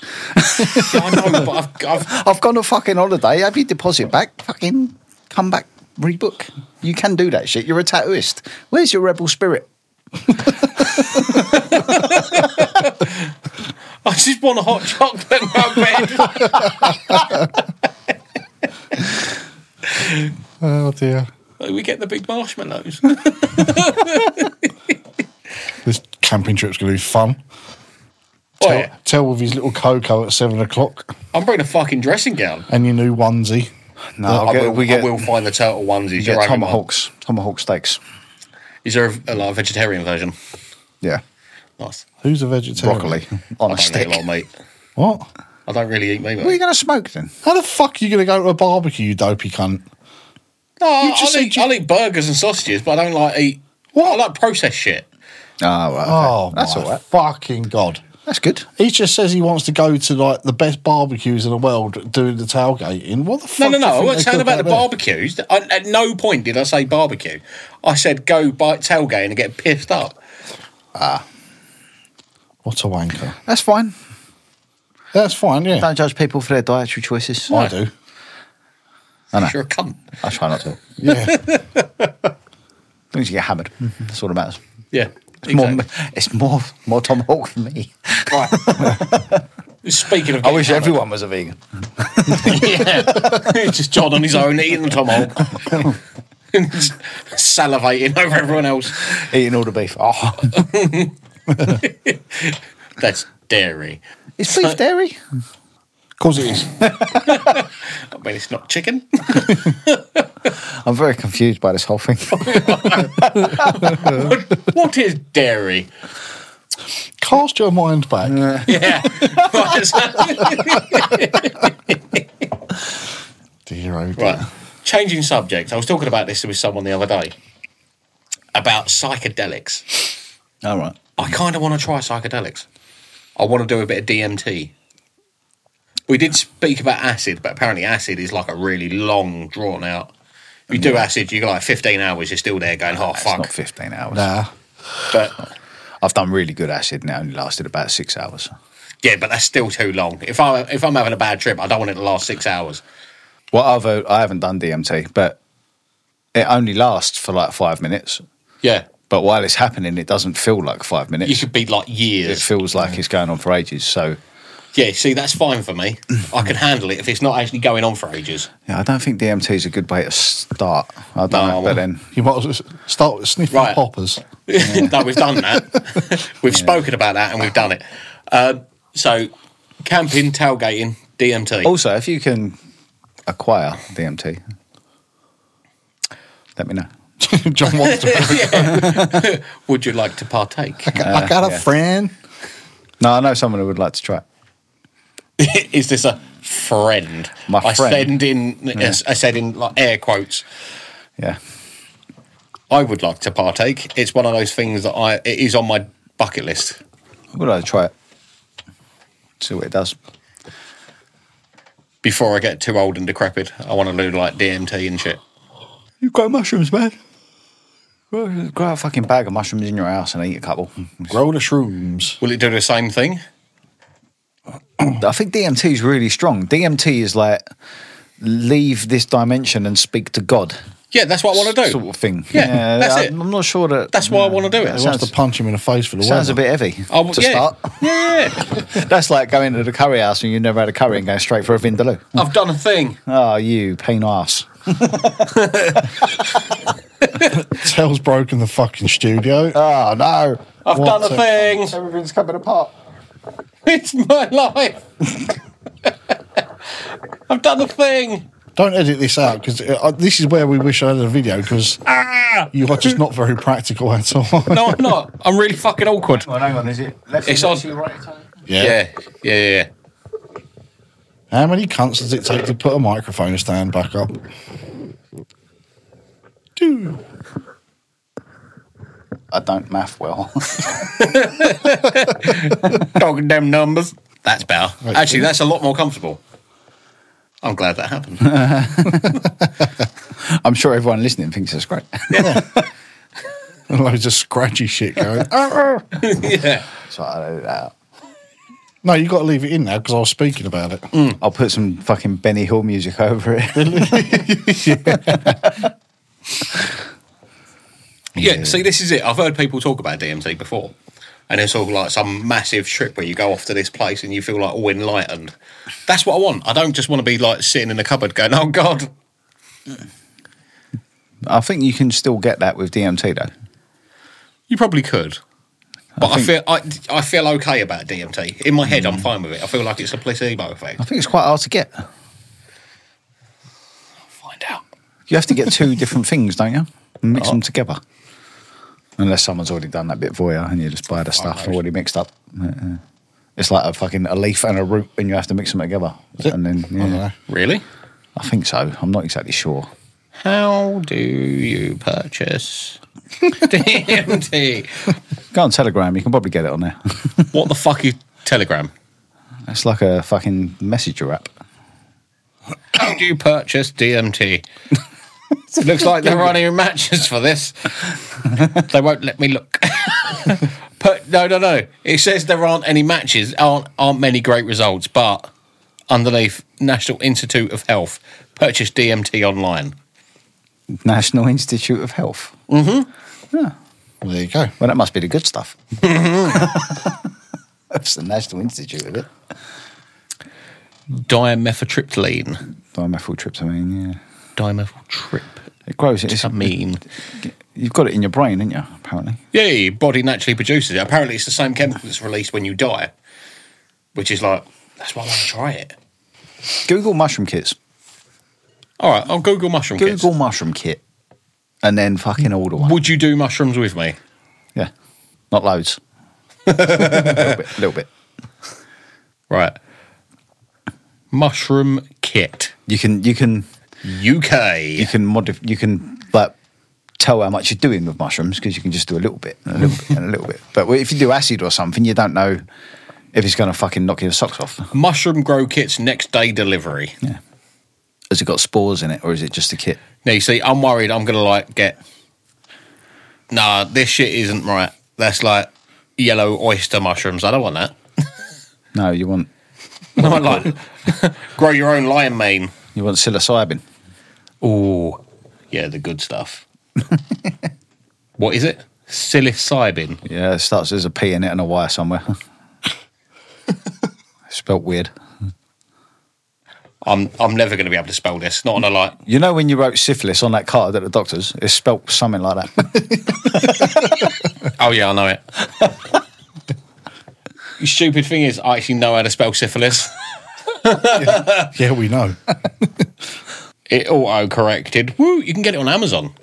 Yeah, I know, but I've, I've
I've gone on fucking holiday. Have your deposit back. Fucking come back, rebook. You can do that shit. You're a tattooist. Where's your rebel spirit?
I just want a hot chocolate in my bed.
Oh dear.
We get the big marshmallows.
This camping trip's going to be fun.
Oh,
Tell,
Oi,
tell with his little cocoa at seven o'clock
I'm bringing a fucking dressing gown.
and your new onesie.
No,
I,
I'll get-
will,
we get
I will find the turtle onesies.
we get
You're right,
tomahawks, tomahawk steaks.
Is there a, a like, vegetarian version?
Yeah,
Nice.
Who's a vegetarian?
broccoli on
I
a
don't eat
stick.
a lot of meat.
What?
I don't really eat meat.
What are you
Mate.
going to smoke then?
How the fuck are you going to go to a barbecue, you dopey cunt?
No, I-
you just
I'll,
said
eat,
you-
I'll eat burgers and sausages, but I don't like eat. What? I like processed shit.
Oh, right, okay.
Oh,
that's
my
all right.
Fucking god.
That's good.
He just says he wants to go to like the best barbecues in the world doing the tailgating. What the fuck?
No, no,
do
no.
you
I
think
wasn't
they
saying
cook
about
out
the
there?
barbecues. I, at no point did I say barbecue. I said go bite tailgate and get pissed up.
What a wanker.
That's fine.
That's fine, yeah.
Don't judge people for their dietary choices.
I do.
I know.
You're a cunt.
I try not to. As
Yeah.
long as you get hammered, that's all that matters.
Yeah.
It's more,
Mm-hmm. exactly.
it's more, more tomahawk for me.
Speaking of,
I wish
getting hammered.
everyone was a vegan.
yeah. just John on his own eating the tomahawk. Just salivating over everyone else.
Eating all the beef. Oh,
That's dairy.
is beef dairy?
Of course it is.
I mean, it's not chicken.
I'm very confused by this whole thing.
What is dairy?
Cast your mind back.
Yeah. right.
Dear, oh dear.
Right. Changing subject. I was talking about this with someone the other day about psychedelics.
All right.
I kind of want to try psychedelics. I want to do a bit of DMT. We did speak about acid, but apparently acid is like a really long, drawn out. If you do acid, you got like 15 hours, you're still there going, oh,
It's
fuck.
not 15 hours.
Nah.
But
I've done really good acid and it only lasted about six hours.
yeah, but that's still too long. If, I, if I'm having a bad trip, I don't want it to last six hours.
What other? I haven't done DMT, but it only lasts for like five minutes.
Yeah.
But while it's happening, it doesn't feel like five
You
minutes.
could be like
It
years.
feels like it's going on for ages. So
Yeah, see, that's fine for me. I can handle it if it's not actually going on for ages.
yeah, I don't think DMT is a good way to start. I don't
No,
know, but then
You might as well start with sniffing
Right.
poppers.
no, we've done that. we've spoken about that and we've done it. Um, so, camping, tailgating, DMT.
also if you can acquire DMT, let me know.
John wants to.
Yeah. Would you like to partake?
I got a
yeah.
friend.
No, I know someone who would like to try. it.
Is this a friend?
My
I
friend.
send in. I said in like air quotes.
Yeah,
I would like to partake. It's one of those things that I. It is on my bucket list.
would I try it? See what it does.
Before I get too old and decrepit, I want to do like DMT and shit.
You grow mushrooms, man. Grow grow a fucking bag of mushrooms in your house and eat a couple.
Grow the shrooms.
Will it do the same thing?
I think DMT is really strong. DMT is like leave this dimension and speak to God
Yeah, that's what I want to do.
sort of thing.
Yeah, that's
I,
it.
I'm not sure that.
That's why I want to do it.
He wants to punch him in the face for the
Sounds a
weather.
bit heavy
I w-
to
yeah.
start.
Yeah,
That's like going to the curry house and you've never had a curry and going straight for a vindaloo.
I've done a thing.
Oh, you pain ass.
Tail's broken the fucking studio.
Oh, no.
I've
What
done a
the-
thing.
Everything's coming apart.
It's my life. I've done a thing.
Don't edit this out because this is where we wish I had a video because
Ah!
you are just not very practical at all.
No, I'm not. I'm really fucking awkward.
Well, hang on, is it left?
It's on. Yeah, yeah, yeah.
How many cunts does it take to put a microphone stand back up? Dude.
I don't math well.
Talking them numbers. That's better. Actually, that's a lot more comfortable. I'm glad that happened.
I'm sure everyone listening thinks it's great.
Loads of scratchy shit going.
yeah.
so I do that.
no, you've got to leave it in now because I was speaking about it.
I'll put some fucking Benny Hill music over it.
yeah. See, this is it. I've heard people talk about DMT before, and it's all like some massive trip where you go off to this place and you feel like all enlightened. That's what I want. I don't just want to be like sitting in the cupboard going, "Oh God."
I think you can still get that with DMT though.
You probably could. But I,
think-
feel I, I feel okay about DMT. In my head, I'm fine with it. I feel like it's a placebo effect.
I think it's quite hard to get.
Find out.
You have to get two different things, don't you? And
Oh.
mix them together. Unless someone's already done that bit for you and you just buy the stuff
knows?
already mixed up. Yeah, yeah. It's like a fucking a leaf and a root and you have to mix them together.
it?
And then yeah.
I don't know.
Really?
I think so. I'm not exactly sure.
How do you purchase DMT?
Go on Telegram, you can probably get it on there.
what the fuck is Telegram?
it's like a fucking messenger app.
How do you purchase DMT? Looks like there aren't any matches for this. they won't let me look. but no, no, no. It says there aren't any matches. aren't aren't many great results. But underneath, National Institute of Health purchase DMT online.
National Institute of Health.
Well, there you go.
Well, that must be the good stuff. That's the National Institute of it.
Dimethyltryptamine.
Dimethyltryptamine, yeah.
Dimethyltryp.
It grows. It's,
I mean,
you've got it in your brain, haven't you? Apparently.
yeah, your body naturally produces it. Apparently, it's the same chemical that's released when you die, which is like that's why I want to try it.
Google mushroom kits.
All right, I'll Google mushroom kits.
Google mushroom kit, and then fucking order one.
Would you do mushrooms with me?
Yeah, not loads. a little bit. little bit.
Right. Mushroom kit.
You can you can you
UK.
can modif- you can like tell how much you're doing with mushrooms because you can just do a little bit and a little bit and a little bit. But if you do acid or something, you don't know if it's going to fucking knock your socks off.
Mushroom grow kits next day delivery.
Has it got spores in it or is it just a kit?
Now you see, I'm worried I'm gonna like get Nah, this shit isn't right. That's like yellow oyster mushrooms. I don't want that.
No, you want
I want like grow your own lion mane.
you want psilocybin.
Ooh. Yeah, the good stuff. what is it? Psilocybin.
Yeah, it starts there's a P in it and a Y somewhere. Spelt weird.
I'm I'm never gonna be able to spell this. Not on a like
You know when you wrote syphilis on that card at the doctor's, it's spelt something like that.
Oh yeah, I know it. The Stupid thing is, I actually know how to spell syphilis.
Yeah, we know.
It auto corrected. Woo! You can get it on Amazon.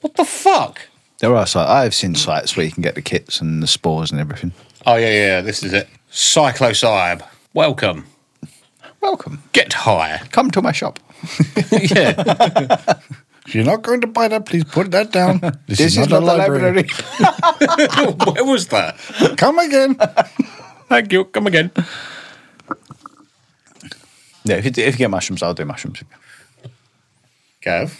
What the fuck?
there are sites. I have seen sites where you can get the kits and the spores and everything.
Oh yeah, yeah. This is it. Cyclocybe. Welcome.
Welcome.
Get high.
Come to my shop.
yeah.
If you're not going to buy that, please put that down. This,
This, is not the library.
Where was that?
Come again.
Thank you. Come again.
yeah, if you, do- if you get mushrooms, I'll do mushrooms.
Gav.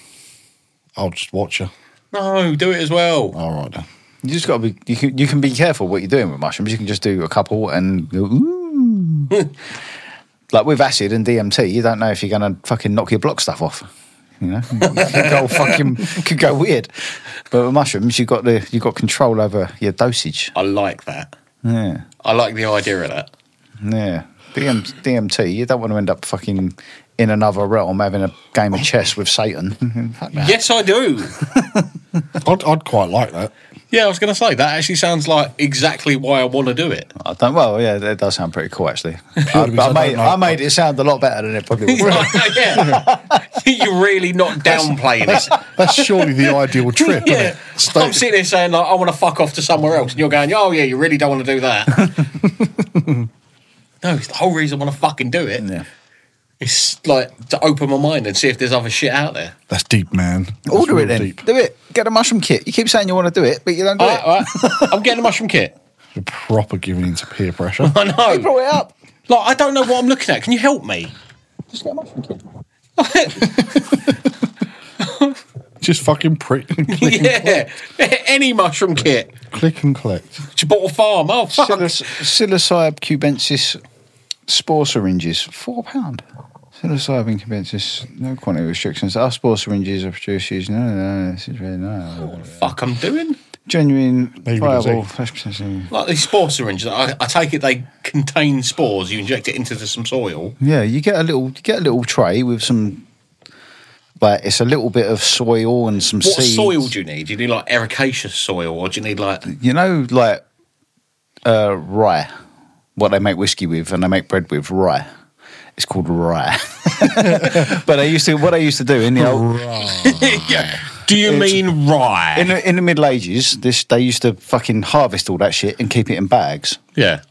I'll just watch her.
No, do it as well.
All right then.
You just got to be. You can, you can be careful what you're doing with mushrooms. You can just do a couple and go. Ooh. like with acid and DMT, you don't know if you're going to fucking knock your block stuff off. You know, could go fucking could go weird. But with mushrooms, you got the you got control over your dosage.
I like that.
Yeah,
I like the idea of that.
yeah. DM, DMT, you don't want to end up fucking in another realm having a game of chess with Satan. Fuck that.
Yes, I do.
I'd, I'd quite like that.
yeah, I was going to say that actually sounds like exactly why I want to do it.
I don't. Well, yeah, that does sound pretty cool, actually. I,
because
I
I
made,
don't know.
I made it sound a lot better than it probably was.
yeah. You're really not downplaying this.
That's surely the ideal trip, isn't
Yeah.
it?
I'm sitting there saying, like, I want to fuck off to somewhere else. And you're going, oh, yeah, you really don't want to do that. no, it's the whole reason I want to fucking do it.
Yeah.
It's like to open my mind and see if there's other shit out there.
That's deep, man. That's
Order it
real
then.
deep.
Do it. Get a mushroom kit. You keep saying you want to do it, but you don't do
All
it.
right, all right. I'm getting a mushroom kit.
You're proper giving into peer pressure.
I
You
know.
brought it up.
Like, I don't know what I'm looking at. Can you help me?
Just get a mushroom kit.
Just fucking prick. click,
yeah. Any mushroom kit.
click and collect.
You bought a farm. Oh, fuck.
Psiloc- Psilocybe cubensis spore syringes, four pound. Psilocybin cubensis, no quantity restrictions. Our spore syringes are produced using. No, no, no, this is really no.
fuck I'm doing.
Genuine,
Maybe
viable,
disease.
fresh processing.
Like these spore syringes. I, I take it they contain spores. You inject it into some soil.
Yeah, you get a little, you get a little tray with some. Like it's a little bit of soil and some
What
seeds.
soil do you need? Do you need like ericaceous soil, or do you need like
you know, like uh, rye, what they make whiskey with and they make bread with rye. It's called rye. but I used to, what I used to do in the old,
yeah. Do you mean rye?
in the, in the Middle Ages, this they used to fucking harvest all that shit and keep it in bags,
yeah.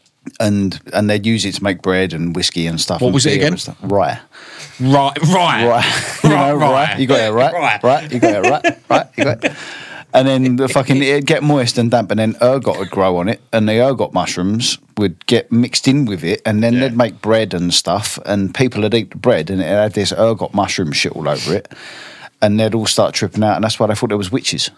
and and they'd use it to make bread and whiskey and stuff.
What
and
was it
beer
again?
and stuff. Rye.
Right, right,
right, you know, right, You got it right, right, You got it right, right. You got it. And then the fucking it'd get moist and damp, and then ergot would grow on it, and the ergot mushrooms would get mixed in with it, and then
Yeah.
they'd make bread and stuff, and people would eat the bread, and it had this ergot mushroom shit all over it, and they'd all start tripping out, and that's why they thought there was witches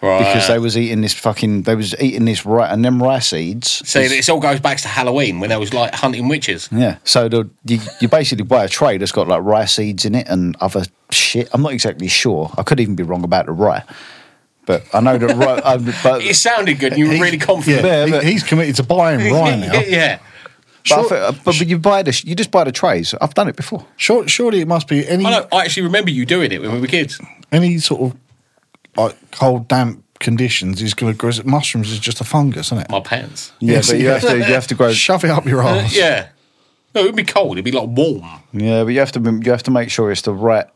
because they was eating this fucking, they was eating this right, and them rice seeds.
so this all goes back to Halloween when they was like hunting witches.
Yeah. So the, you, you basically buy a tray that's got like rye seeds in it and other shit. I'm not exactly sure. I could even be wrong about the rye, but I know that rye. I, but,
It sounded good. and You were really confident.
Yeah,
Yeah, he-
but-
he's committed to buying Rye now.
yeah.
but, I
uh,
think- but, but you buy the sh- you just buy the trays. I've done it before.
Sure, surely it must be any
I know. I actually remember you doing it when we were kids.
any sort of like cold, damp conditions is going to grow. Mushrooms is just a fungus, isn't it?
My pants. Uh,
Yeah, but you have to you have to grow.
Shove it up your ass.
Yeah. No, it would be cold. It'd be like warm.
Yeah, but you have to you have to make sure it's the right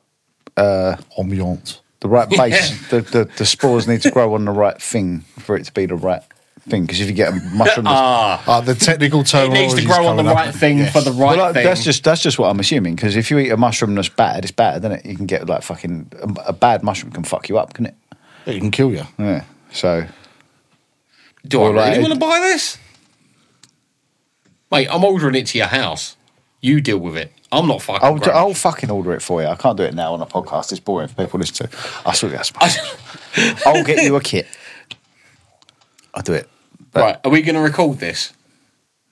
Ambiance.
the right base. The, the the spores need to grow on the right thing for it to be the right thing. Because if you get a mushroom, that's-
Ah,
Uh, the technical
it
terminology
needs to grow on the right thing for the right
Well, like,
thing.
that's just that's just what I'm assuming. Because if you eat a mushroom that's bad, it's bad, isn't it? You can get like fucking a, a bad mushroom can fuck you up, can it?
It can kill you.
Yeah. So
Do
Well,
I
like-
really want to buy this? Mate, I'm ordering it to your house. You deal with it. I'm not fucking.
I'll do,
grown.
I'll fucking order it for you. I can't do it now on a podcast. It's boring for people to listen to. I swear that's. I'll get you a kit. I'll do it. But
right, are we going to record this?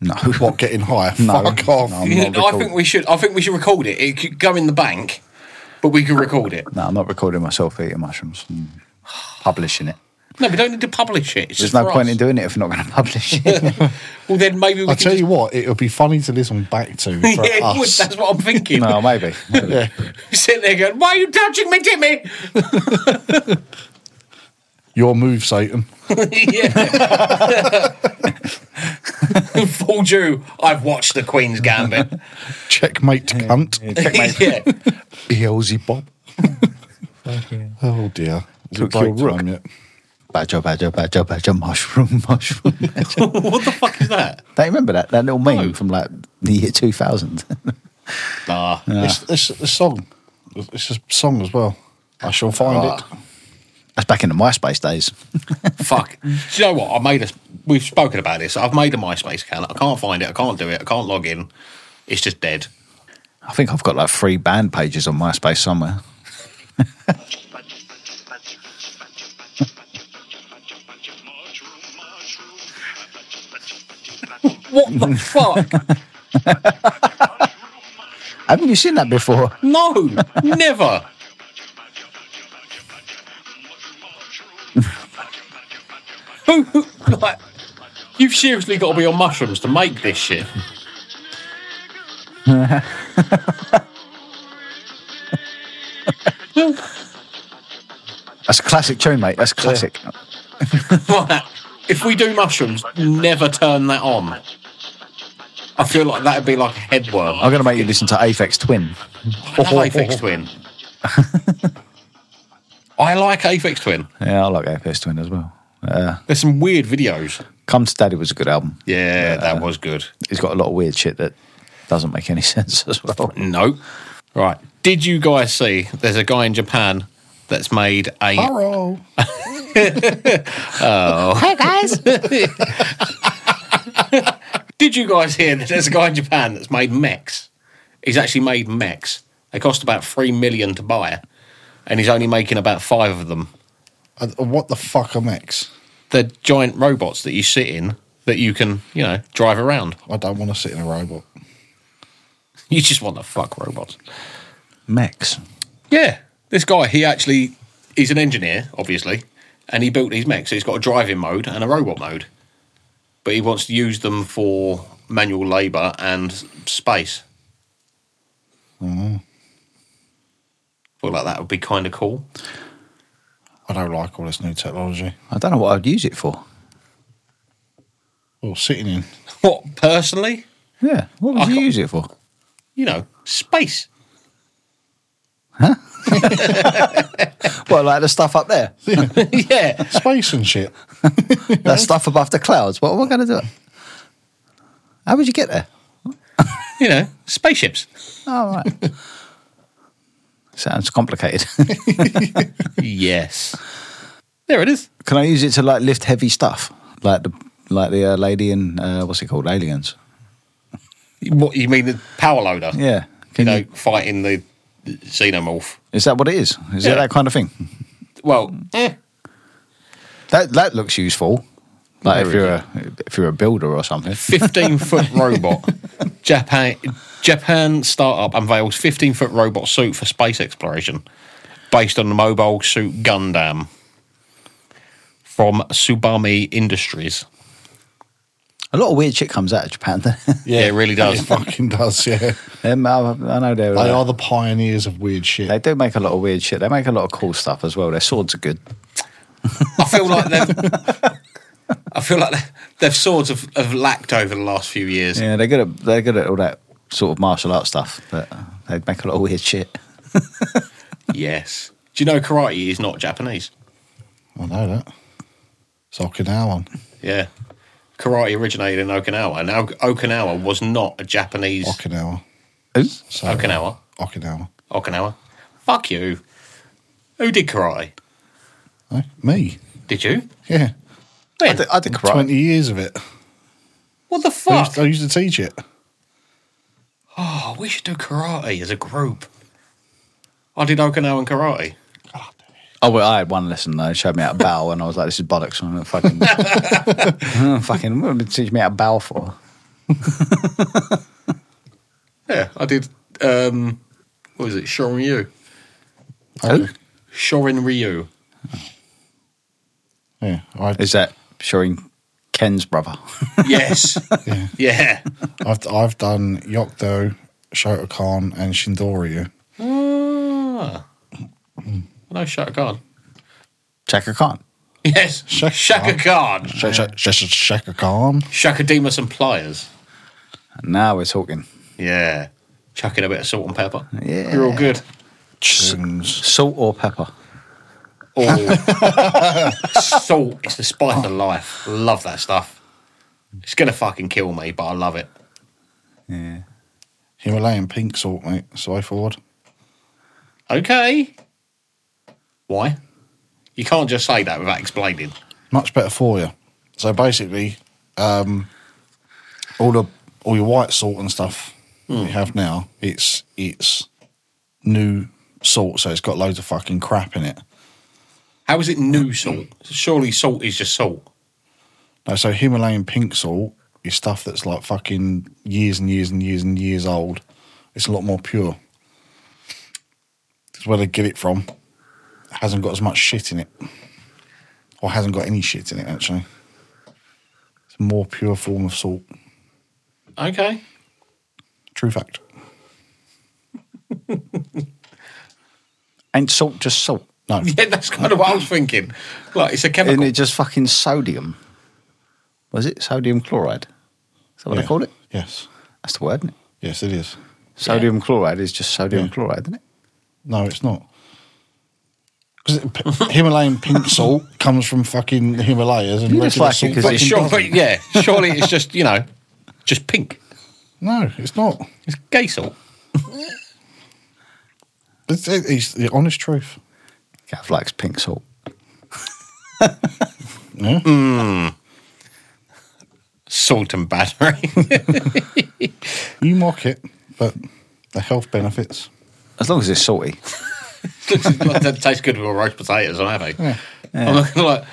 no.
What, getting high?
No,
Fuck off.
no. I'm
Yeah, I
not recording.
think we should. I think we should record it. It could go in the bank, but we could record it.
No, I'm not recording myself eating mushrooms. and Publishing it.
No, we don't need to publish it. It's
There's
just
no
for
point
us.
in doing it if you're not going to publish it.
Well, then maybe we
I
can
tell
just-
you what, it would be funny to listen back to for
yeah, it would.
us.
That's what I'm thinking.
no, maybe.
Yeah.
Sitting there going, "Why are you touching me, Timmy?"
Your move, Satan.
yeah. Fooled you. I've watched the Queen's Gambit.
Checkmate, cunt.
yeah.
Beelzebub. Oh dear. Is it
Took your
break
rook.
time yet?
Badger, badger, badger, badger, mushroom, mushroom. badger.
what the fuck is that?
Don't you remember that? That little meme from like the year 2000.
Nah.
It's, it's a song. It's a song as well. I shall find
Ah.
it.
That's back in the MySpace days.
Fuck. Do you know what? I made a. We've spoken about this. I've made a MySpace account. I can't find it. I can't do it. I can't log in. It's just dead.
I think I've got like three band pages on MySpace somewhere.
What the fuck?
Haven't you seen that before?
No, never. Who, who, like, you've seriously got to be on mushrooms to make this shit.
That's a classic tune, mate. That's classic.
Right. If we do mushrooms, never turn that on. I feel like that'd be like a headworm.
I'm going to make you listen to Aphex Twin.
I love Aphex Twin. I like Aphex Twin.
Yeah, I like Aphex Twin as well.
There's some weird videos.
Come to Daddy was a good album.
Yeah, that was good.
It's got a lot of weird shit that doesn't make any sense as well.
No. Right. Did you guys see there's a guy in Japan that's made a
Hello.
Did you guys hear that there's a guy in Japan that's made mechs? He's actually made mechs. They cost about 3 million to buy and he's only making about 5 of them.
Uh, What the fuck are mechs?
They're giant robots that you sit in that you can, you know, drive around.
I don't want to sit in a robot.
You just want to fuck robots.
Max.
Yeah, this guy, he actually, he's an engineer, obviously, and he built these mechs. So he's got a driving mode and a robot mode, but he wants to use them for manual labour and space. Mm. Thought like that would be kind of cool.
I don't like all this new technology.
I don't know what I'd use it for.
Well, Oh, sitting in.
What personally,
Yeah. What
I
would you
can't-
use it for?
you know, space.
Well, like the stuff up there.
yeah,
Space and shit.
that stuff above the clouds. What am I going to do? How would you get there?
you know, spaceships.
All right. oh, right. Sounds complicated.
yes, there it is.
Can I use it to like lift heavy stuff, like the like the uh, lady in uh, what's it called, Aliens?
What you mean, the power loader?
Yeah.
you
Can you,
know, fighting the xenomorph.
is that what it is? Is
Yeah.
it that kind of thing?
Well, eh,
That that looks useful. Like if
Very
you're a if you're a builder or something.
15 foot robot. Japan Japan startup unveils 15 foot robot suit for space exploration based on the mobile suit Gundam from Subami Industries.
A lot of weird shit comes out of Japan.
Yeah, it really
It
does.
fucking does, yeah.
um, I, I know they're,
They
uh,
are the pioneers of weird shit.
they do make a lot of weird shit. They make a lot of cool stuff as well. Their swords are good.
I feel like they've I feel like they've- they've swords have, have lacked over the last few years.
Yeah, they're good at they're good at all that sort of martial art stuff, but uh, they'd make a lot of weird shit.
yes. Do you know karate is not Japanese?
I know that. It's Okinawan.
Yeah. Karate originated in Okinawa. Now, Okinawa was not a Japanese.
Okinawa. Sorry.
Okinawa.
Okinawa.
Okinawa. Fuck you. Who did karate?
Eh? Me.
Did you?
Yeah.
I
When?
did, I did karate.
20 years of it.
What the
I
fuck?
used, I used to teach it.
Oh, we should do karate as a group. I did Okinawan karate.
Oh, well, I had one lesson though. It showed me how to bow, and I was like, "This is bollocks." I'm like, fucking, Oh, fucking, what did it teach me how to bow for?
Yeah, I did. Um, what was it? Shorin Ryu.
Who?
Shorin Ryu.
Yeah. I,
Is that showing Ken's brother?
Yes.
yeah.
yeah.
I've, I've done Yokdo, Shotokan, and Shindoryu.
Ah. No, Shaka Khan.
Chaka Khan.
Yes.
Shaka
Shaka Khan.
Sh- sh- sh- sh- Shaka Khan.
Shaka Demus and Pliers.
And now we're talking.
Yeah. Chucking a bit of salt and pepper.
Yeah.
You're all good.
Tunes.
Salt or pepper?
Or salt is Oh. the spice of life. Love that stuff. It's going to fucking kill me, but I love it.
Yeah.
Himalayan pink salt, mate. So forward.
Okay. Why? You can't just say that without explaining.
much better for you. So basically, um, all the all your white salt and stuff that you have now, it's it's new salt, so it's got loads of fucking crap in it.
How is it new salt? Surely salt is just salt.
No, so Himalayan pink salt is stuff that's like fucking years and years and years and years old. It's a lot more pure. It's where they get it from. It hasn't got as much shit in it, or hasn't got any shit in it actually. It's a more pure form of salt.
Okay.
True fact.
Ain't salt just salt?
No.
Yeah, that's kind of what I was thinking. Like, it's a
Isn't
chemical.
it just fucking sodium? Was it sodium chloride? Is that what
Yeah.
they call it?
Yes.
That's the word, isn't it?
Yes, it is.
Sodium chloride is just sodium
Yeah.
chloride, isn't it?
No, it's not. Because Himalayan pink salt comes from fucking the Himalayas and
You
regular
just like it
salt.
'cause
but
fucking
it's
surely,
doesn't.
yeah, surely it's just, you know, just pink.
No, it's not.
It's gay salt.
It's, it's the honest truth.
Gav likes pink salt.
Yeah.
Salt and battery.
You mock it, but the health benefits.
As long as it's salty.
that tastes good with roast potatoes, I'm happy. I'm looking like,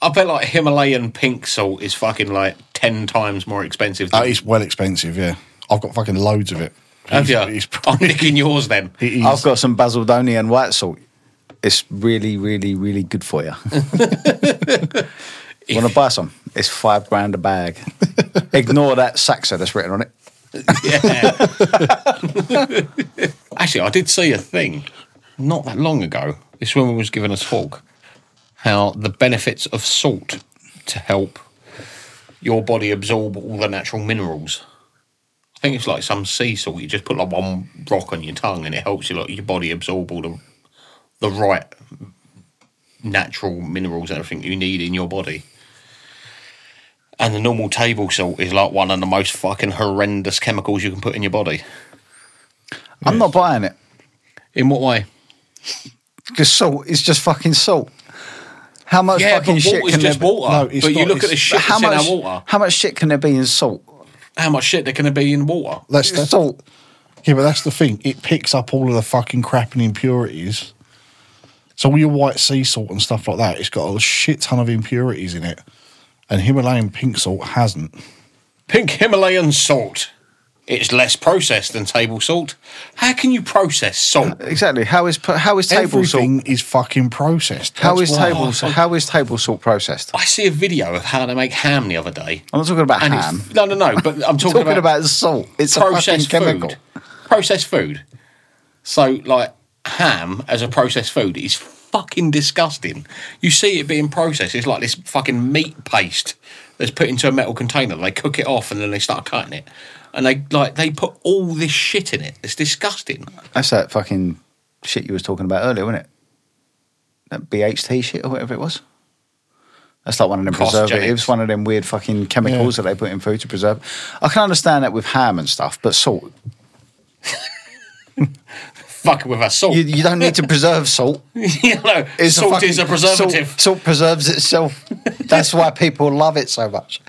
I bet like Himalayan pink salt is fucking like 10 times more expensive than
Uh, it's well expensive, yeah. I've got fucking loads of it.
Have you?
It's- it's
I'm
probably-
nicking yours then.
it is-
I've got some basildonian white salt. It's really, really, really good for you. Want to buy some? It's five grand a bag. Ignore that Saxo that's written on it.
Yeah. Actually, I did see a thing not that long ago. This woman was giving a talk how the benefits of salt to help your body absorb all the natural minerals. I think it's like some sea salt. You just put like one rock on your tongue, and it helps you like your body absorb all the the right natural minerals and everything you need in your body. And the normal table salt is like one of the most fucking horrendous chemicals you can put in your body.
I'm not buying it
In what way?
because salt is just fucking salt. How much
Yeah,
fucking
but
shit
water's
can there
just
be?
water.
No, it's
but you
not-
look at the
it's-
shit
How
that's
much,
in our water.
how much shit can there be in salt?
How much shit there can be in water?
That's, that's
salt.
Yeah, but that's the thing. It picks up all of the fucking crap and impurities. So all your white sea salt and stuff like that, it's got a shit ton of impurities in it. And Himalayan pink salt hasn't.
Pink Himalayan salt. It's less processed than table salt. How can you process salt?
Exactly. How is pro- how is table salt?
Everything is fucking processed.
How
That's
is
why.
table salt? How is table salt processed?
I see a video of how they make ham the other day.
I'm not talking about
And
ham.
It's, no, no, no. But I'm talking,
talking, about, salt. It's a fucking
processed
chemical.
food. Processed food. So, like, ham as a processed food is fucking disgusting. You see it being processed, it's like this fucking meat paste that's put into a metal container. They cook it off and then they start cutting it, and they like they put all this shit in it. It's disgusting.
That's that fucking shit you was talking about earlier, wasn't it? That BHT shit or whatever it was. That's like one of them
Carcinogenics.
preservatives, one of them weird fucking chemicals that they put in food to preserve. I can understand that with ham and stuff, but salt.
Fucking with our salt.
You,
You,
you don't need to preserve salt.
know,
It's
salt
fucking-
is a preservative.
Salt, salt preserves itself. That's why people love it so much.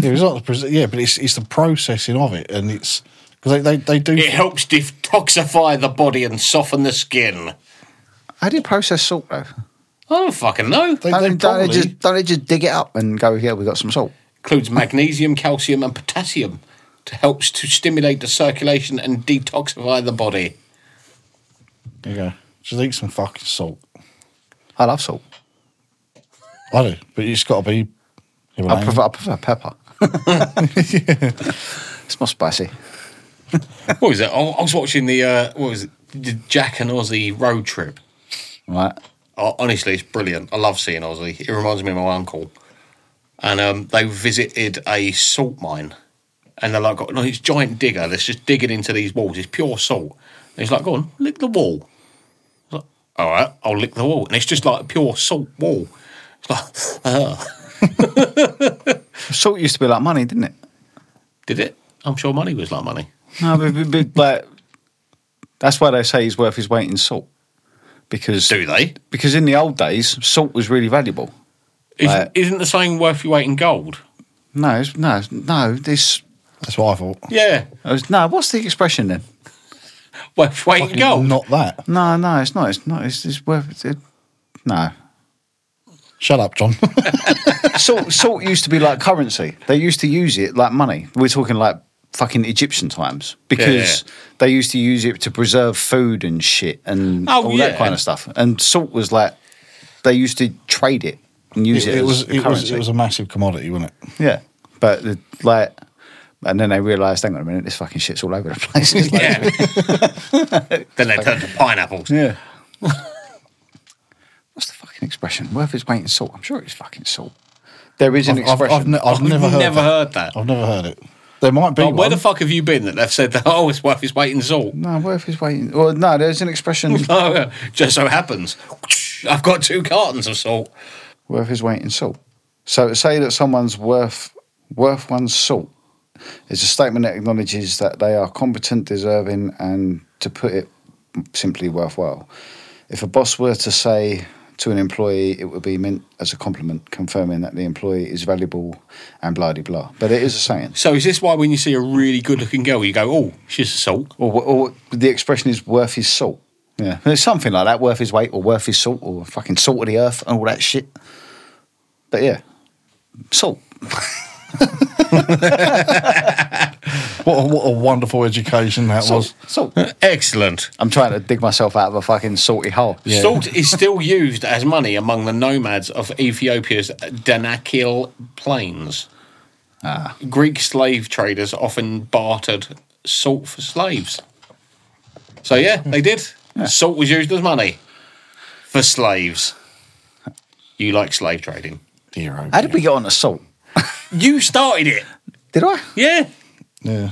Yeah, it's not the pres- yeah, but it's it's the processing of it, and it's because they, they they do
It helps detoxify the body and soften the skin.
How do you process salt though?
I don't fucking know.
they,
Don't, they,
they
don't they
probably
just don't they just dig it up and go here? We got some salt.
includes magnesium, calcium, and potassium to helps to stimulate the circulation and detoxify the body.
there you go. Just eat some fucking salt.
I love salt.
I do, but it's got to be. you know what I
I
mean?
prefer, I prefer pepper. It's more spicy.
What was it? I I was watching the uh, what was it? The Jack and Ozzy road trip.
Right.
Oh, honestly, it's brilliant. I love seeing Ozzy. It reminds me of my uncle. And um, they visited a salt mine, and they're like, "Oh, got like, this giant digger that's just digging into these walls. It's pure salt. And he's like, go on, lick the wall. I was like, All right, I'll lick the wall, and it's just like a pure salt wall. It's like, "Ah." ugh.
Salt used to be like money, didn't it?
did it? I'm sure money was like money.
No, but, but, but, but that's why they say he's worth his weight in salt. Because
Do they?
because in the old days, salt was really valuable.
Isn't,
Like-
isn't the same worth your weight in gold?
No, it's- no, no. This
That's what I thought.
Yeah,
it was, no. What's the expression then?
worth weight in gold.
Not that.
No, no, it's not. It's not. It's, it's worth. It, no,
Shut up, John.
salt salt used to be like currency. They used to use it like money. We're talking like fucking Egyptian times because
Yeah,
they used to use it to preserve food and shit and
Oh,
all
yeah.
that kind of stuff. And salt was like they used to trade it and use
it,
it,
it
as
was
a
it
currency.
was it was a massive commodity, wasn't it?
yeah, but the, like. And then they realised, hang on a minute, this fucking shit's all over the place. It's like-
Yeah. then they turned to pineapples.
Yeah. What's the fucking expression? Worth his weight in salt. I'm sure it's fucking salt. There is an
I've,
expression.
I've, ne- I've never heard. that.
that.
I've never heard it. There might be
Oh, where
one.
the fuck have you been that they've said that? Oh, it's worth his weight in salt.
no, worth his weight. In, well, no, there's an expression.
Oh, yeah. just so happens, I've got two cartons of salt.
worth his weight in salt. So to say that someone's worth worth one's salt is a statement that acknowledges that they are competent, deserving, and to put it simply worthwhile. If a boss were to say to an employee, it would be meant as a compliment, confirming that the employee is valuable and blah de blah. But it is a saying.
So is this why when you see a really good-looking girl, you go, "Oh, she's a salt"?
Or, or the expression is worth his salt. Yeah, it's something like that, worth his weight or worth his salt or fucking salt of the earth and all that shit. But yeah, salt.
What a, what a wonderful education that was.
Salt. salt.
Excellent.
I'm trying to dig myself out of a fucking salty hole.
Yeah.
Salt is still used as money among the nomads of Ethiopia's Danakil plains.
Ah.
Greek slave traders often bartered salt for slaves. So, yeah,
Hmm.
they did. Salt was used as money for slaves. You like slave trading.
Dear, oh
How did
dear.
we get on to salt?
You started it.
Did I?
Yeah.
Yeah.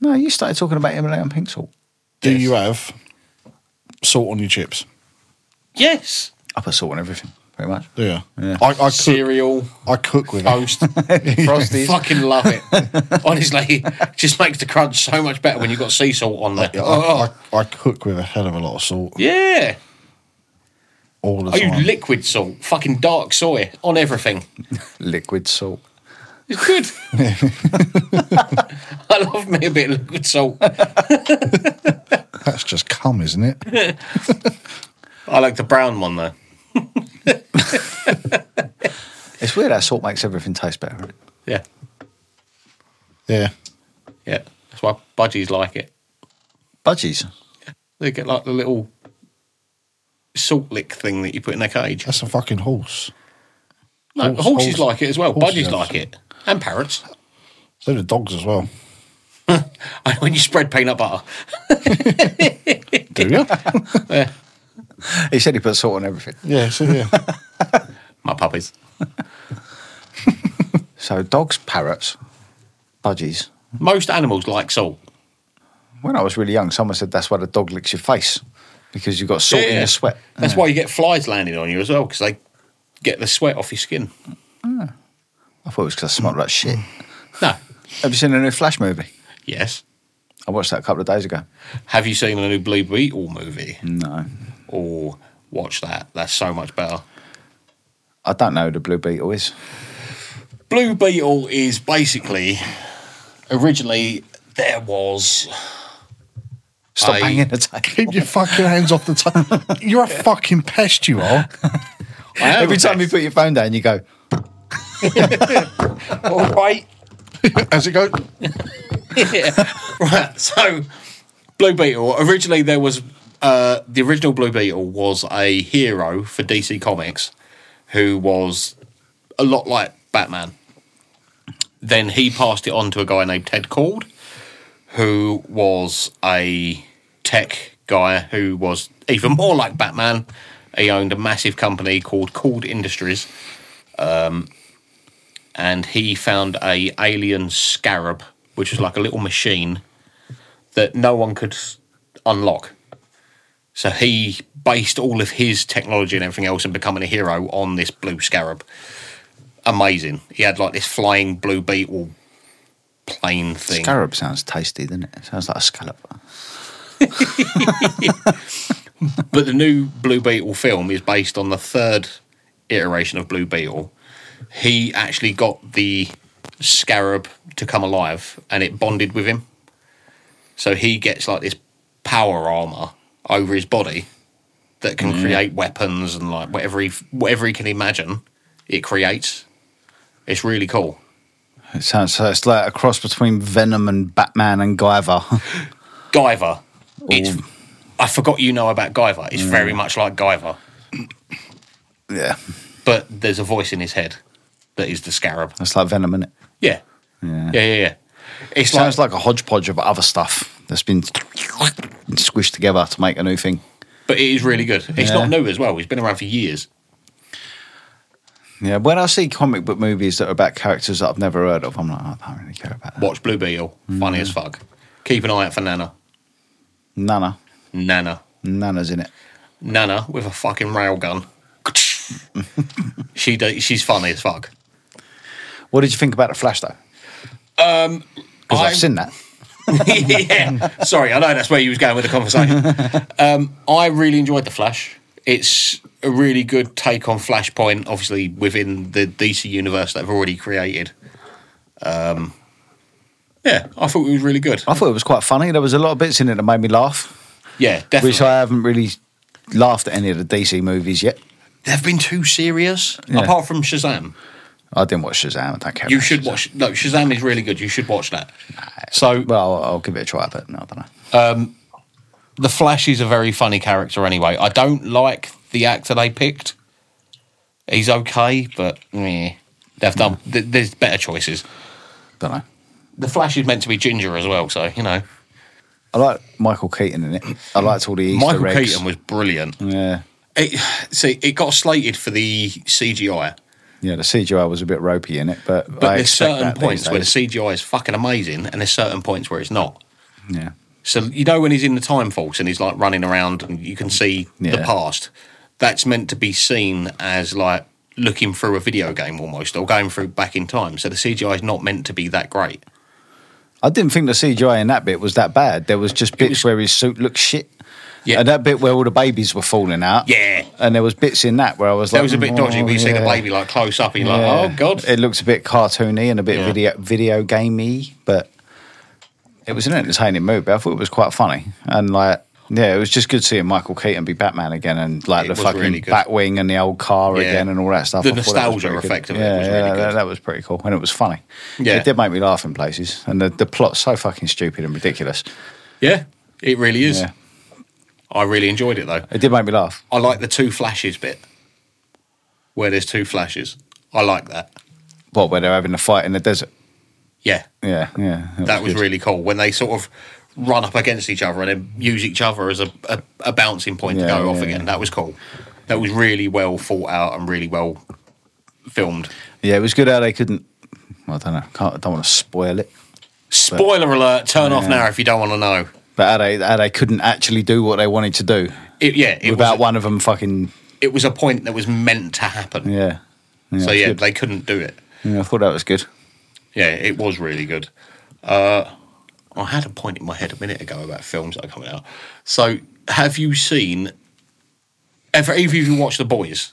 No, you started talking about M&A and pink salt.
Do
Yes.
you have salt on your chips?
Yes.
I put salt on everything, pretty much.
Do you?
Yeah.
I, I cook.
Cereal,
I cook with it.
toast.
Frosties.
Fucking love it. Honestly, it just makes the crunch so much better when you've got sea salt on there.
I,
Oh.
I, I cook with a hell of a lot of salt
Yeah.
all the
I
time.
use liquid salt, fucking dark soy on everything.
Liquid salt.
It's good. I love me a bit of liquid salt.
That's just cum, isn't it?
I like the brown one though.
It's weird how salt makes everything taste better. isn't it?
Yeah,
yeah.
yeah. That's why budgies like it.
Budgies.
They get like the little salt lick thing that you put in their cage.
That's a fucking horse.
No,
horse-
horses
horse-
like it as well.
horses
Budgies
have
like
some.
it, and parrots.
So do dogs as well.
when you spread peanut butter,
Do you?
He said he put salt on everything.
yeah, so yeah.
my puppies.
So dogs, parrots, budgies.
Most animals like salt.
When I was really young, someone said that's why the dog licks your face because you've got salt in your sweat.
That's why you get flies landing on you as well because they get the sweat off your skin.
I thought it was because I smelled like shit.
No.
Have you seen a new Flash movie?
Yes.
I watched that a couple of days ago.
Have you seen the new Blue Beetle movie?
No.
Or watch that. That's so much better.
I don't know who the Blue Beetle is.
Blue Beetle is basically originally there was
Stop
I-
banging the table.
Keep your fucking hands off the table. You're a fucking pest, you are.
I am
Every time you
obsessed.
put your phone down, you go,
all right.
As it goes,
yeah. Right. So, Blue Beetle. Originally, there was uh, the original Blue Beetle was a hero for DC Comics, who was a lot like Batman. Then he passed it on to a guy named Ted Cord, who was a tech guy who was even more like Batman. He owned a massive company called Cord Industries, um, and he found a alien scarab, which was like a little machine that no one could s- unlock. So he based all of his technology and everything else and becoming a hero on this blue scarab. Amazing. He had like this flying blue beetle plane thing.
scarab sounds tasty, doesn't it? Sounds like a scallop.
But the new Blue Beetle film is based on the third iteration of Blue Beetle. He actually got the scarab to come alive and it bonded with him. So he gets like this power armor over his body that can create weapons and like whatever he whatever he can imagine, it creates. It's really cool.
It sounds so it's like a cross between Venom and Batman and Guyver.
Guyver. It's I forgot you know about Guyver. It's very much like Guyver,
yeah.
but there's a voice in his head that is the scarab.
That's like Venom, is it?
Yeah.
Yeah.
Yeah, yeah, yeah. It's
Sounds
like,
like a hodgepodge of other stuff that's been squished together to make a new thing.
but it is really good. It's
Yeah.
not new as well. It's been around for years.
Yeah, when I see comic book movies that are about characters that I've never heard of, I'm like, "Oh, I don't really care about that.
Watch Blue Beetle.
Mm.
Funny as fuck. Keep an eye out for Nana.
Nana.
Nana.
Nana's in it.
Nana with a fucking railgun. she do, she's funny as fuck.
What did you think about the Flash, though? Because
Um, I-
I've seen that.
yeah. Sorry, I know that's where you was going with the conversation. Um, I really enjoyed the Flash. It's a really good take on Flashpoint, obviously within the DC universe that they've already created. Um, yeah, I thought it was really good.
I thought it was quite funny. There was a lot of bits in it that made me laugh,
Yeah, definitely.
which I haven't really laughed at any of the DC movies yet.
They've been too serious.
Yeah.
Apart from Shazam,
I didn't watch Shazam. I don't care.
you
about
should
Shazam.
watch. No, Shazam is really good. You should watch that. So
Well, I'll, I'll give it a try, but no, I don't know.
the Flash is a very funny character. Anyway, I don't like the actor they picked. He's okay, but meh. they've done. Th- there's better choices.
Don't know.
The Flash is meant to be ginger as well, so you know.
I like Michael Keaton in it. I liked all the Easter
Michael
eggs.
Keaton was brilliant.
yeah,
It, see, it got slated for the CGI,
yeah. The CGI was a bit ropey in it, but,
but
I
there's
expect
certain
that these
points where the
days.
CGI is fucking amazing, and there's certain points where it's not.
yeah,
So you know when he's in the time force and he's like running around and you can see the
Yeah.
past. That's meant to be seen as like looking through a video game almost or going through back in time. So the CGI is not meant to be that great.
I didn't think the CGI in that bit was that bad. There was just bits where his suit looked shit.
Yeah.
and that bit where all the babies were falling out.
Yeah.
and there was bits in that where I was
That
like,
was a bit dodgy
"Oh,
when you see the
yeah,
baby like close up and you're
yeah."
like, oh god.
it looked a bit cartoony and a bit
Yeah.
video video gamey, but it was an entertaining movie. I thought it was quite funny and like. Yeah, it was just good seeing Michael Keaton be Batman again, and like
It
the
was
fucking
really good.
Batwing and the old car
Yeah.
again, and all that stuff.
The
I thought that was
nostalgia
pretty good.
effect of it
yeah,
was
yeah,
really
That,
good.
that was pretty cool, and it was funny.
Yeah.
it did make me laugh in places, and the, the plot's so fucking stupid and ridiculous.
Yeah, it really is.
Yeah.
I really enjoyed it though.
It did make me laugh.
I like the two flashes bit. Where there's two flashes. I like that.
What, where they're having a fight in the desert?
Yeah.
Yeah, yeah.
That was
good.
really cool when they sort of run up against each other and then use each other as a, a, a bouncing point to
Yeah,
go
yeah,
off
yeah.
again. That was cool. That was really well thought out and really well filmed.
Yeah, it was good how they couldn't I don't know. Can't, I don't want to spoil it.
Spoiler alert, turn off now if you don't want to know.
But how they, how they couldn't actually do what they wanted to do
It, yeah, it
without
was,
one of them fucking.
it was a point that was meant to happen.
Yeah. yeah
so
it's
yeah,
good.
they couldn't do it.
yeah, I thought that was good.
Yeah, it was really good. Uh, I had a point in my head a minute ago about films that are coming out. So have you seen? Have either of you watched The Boys?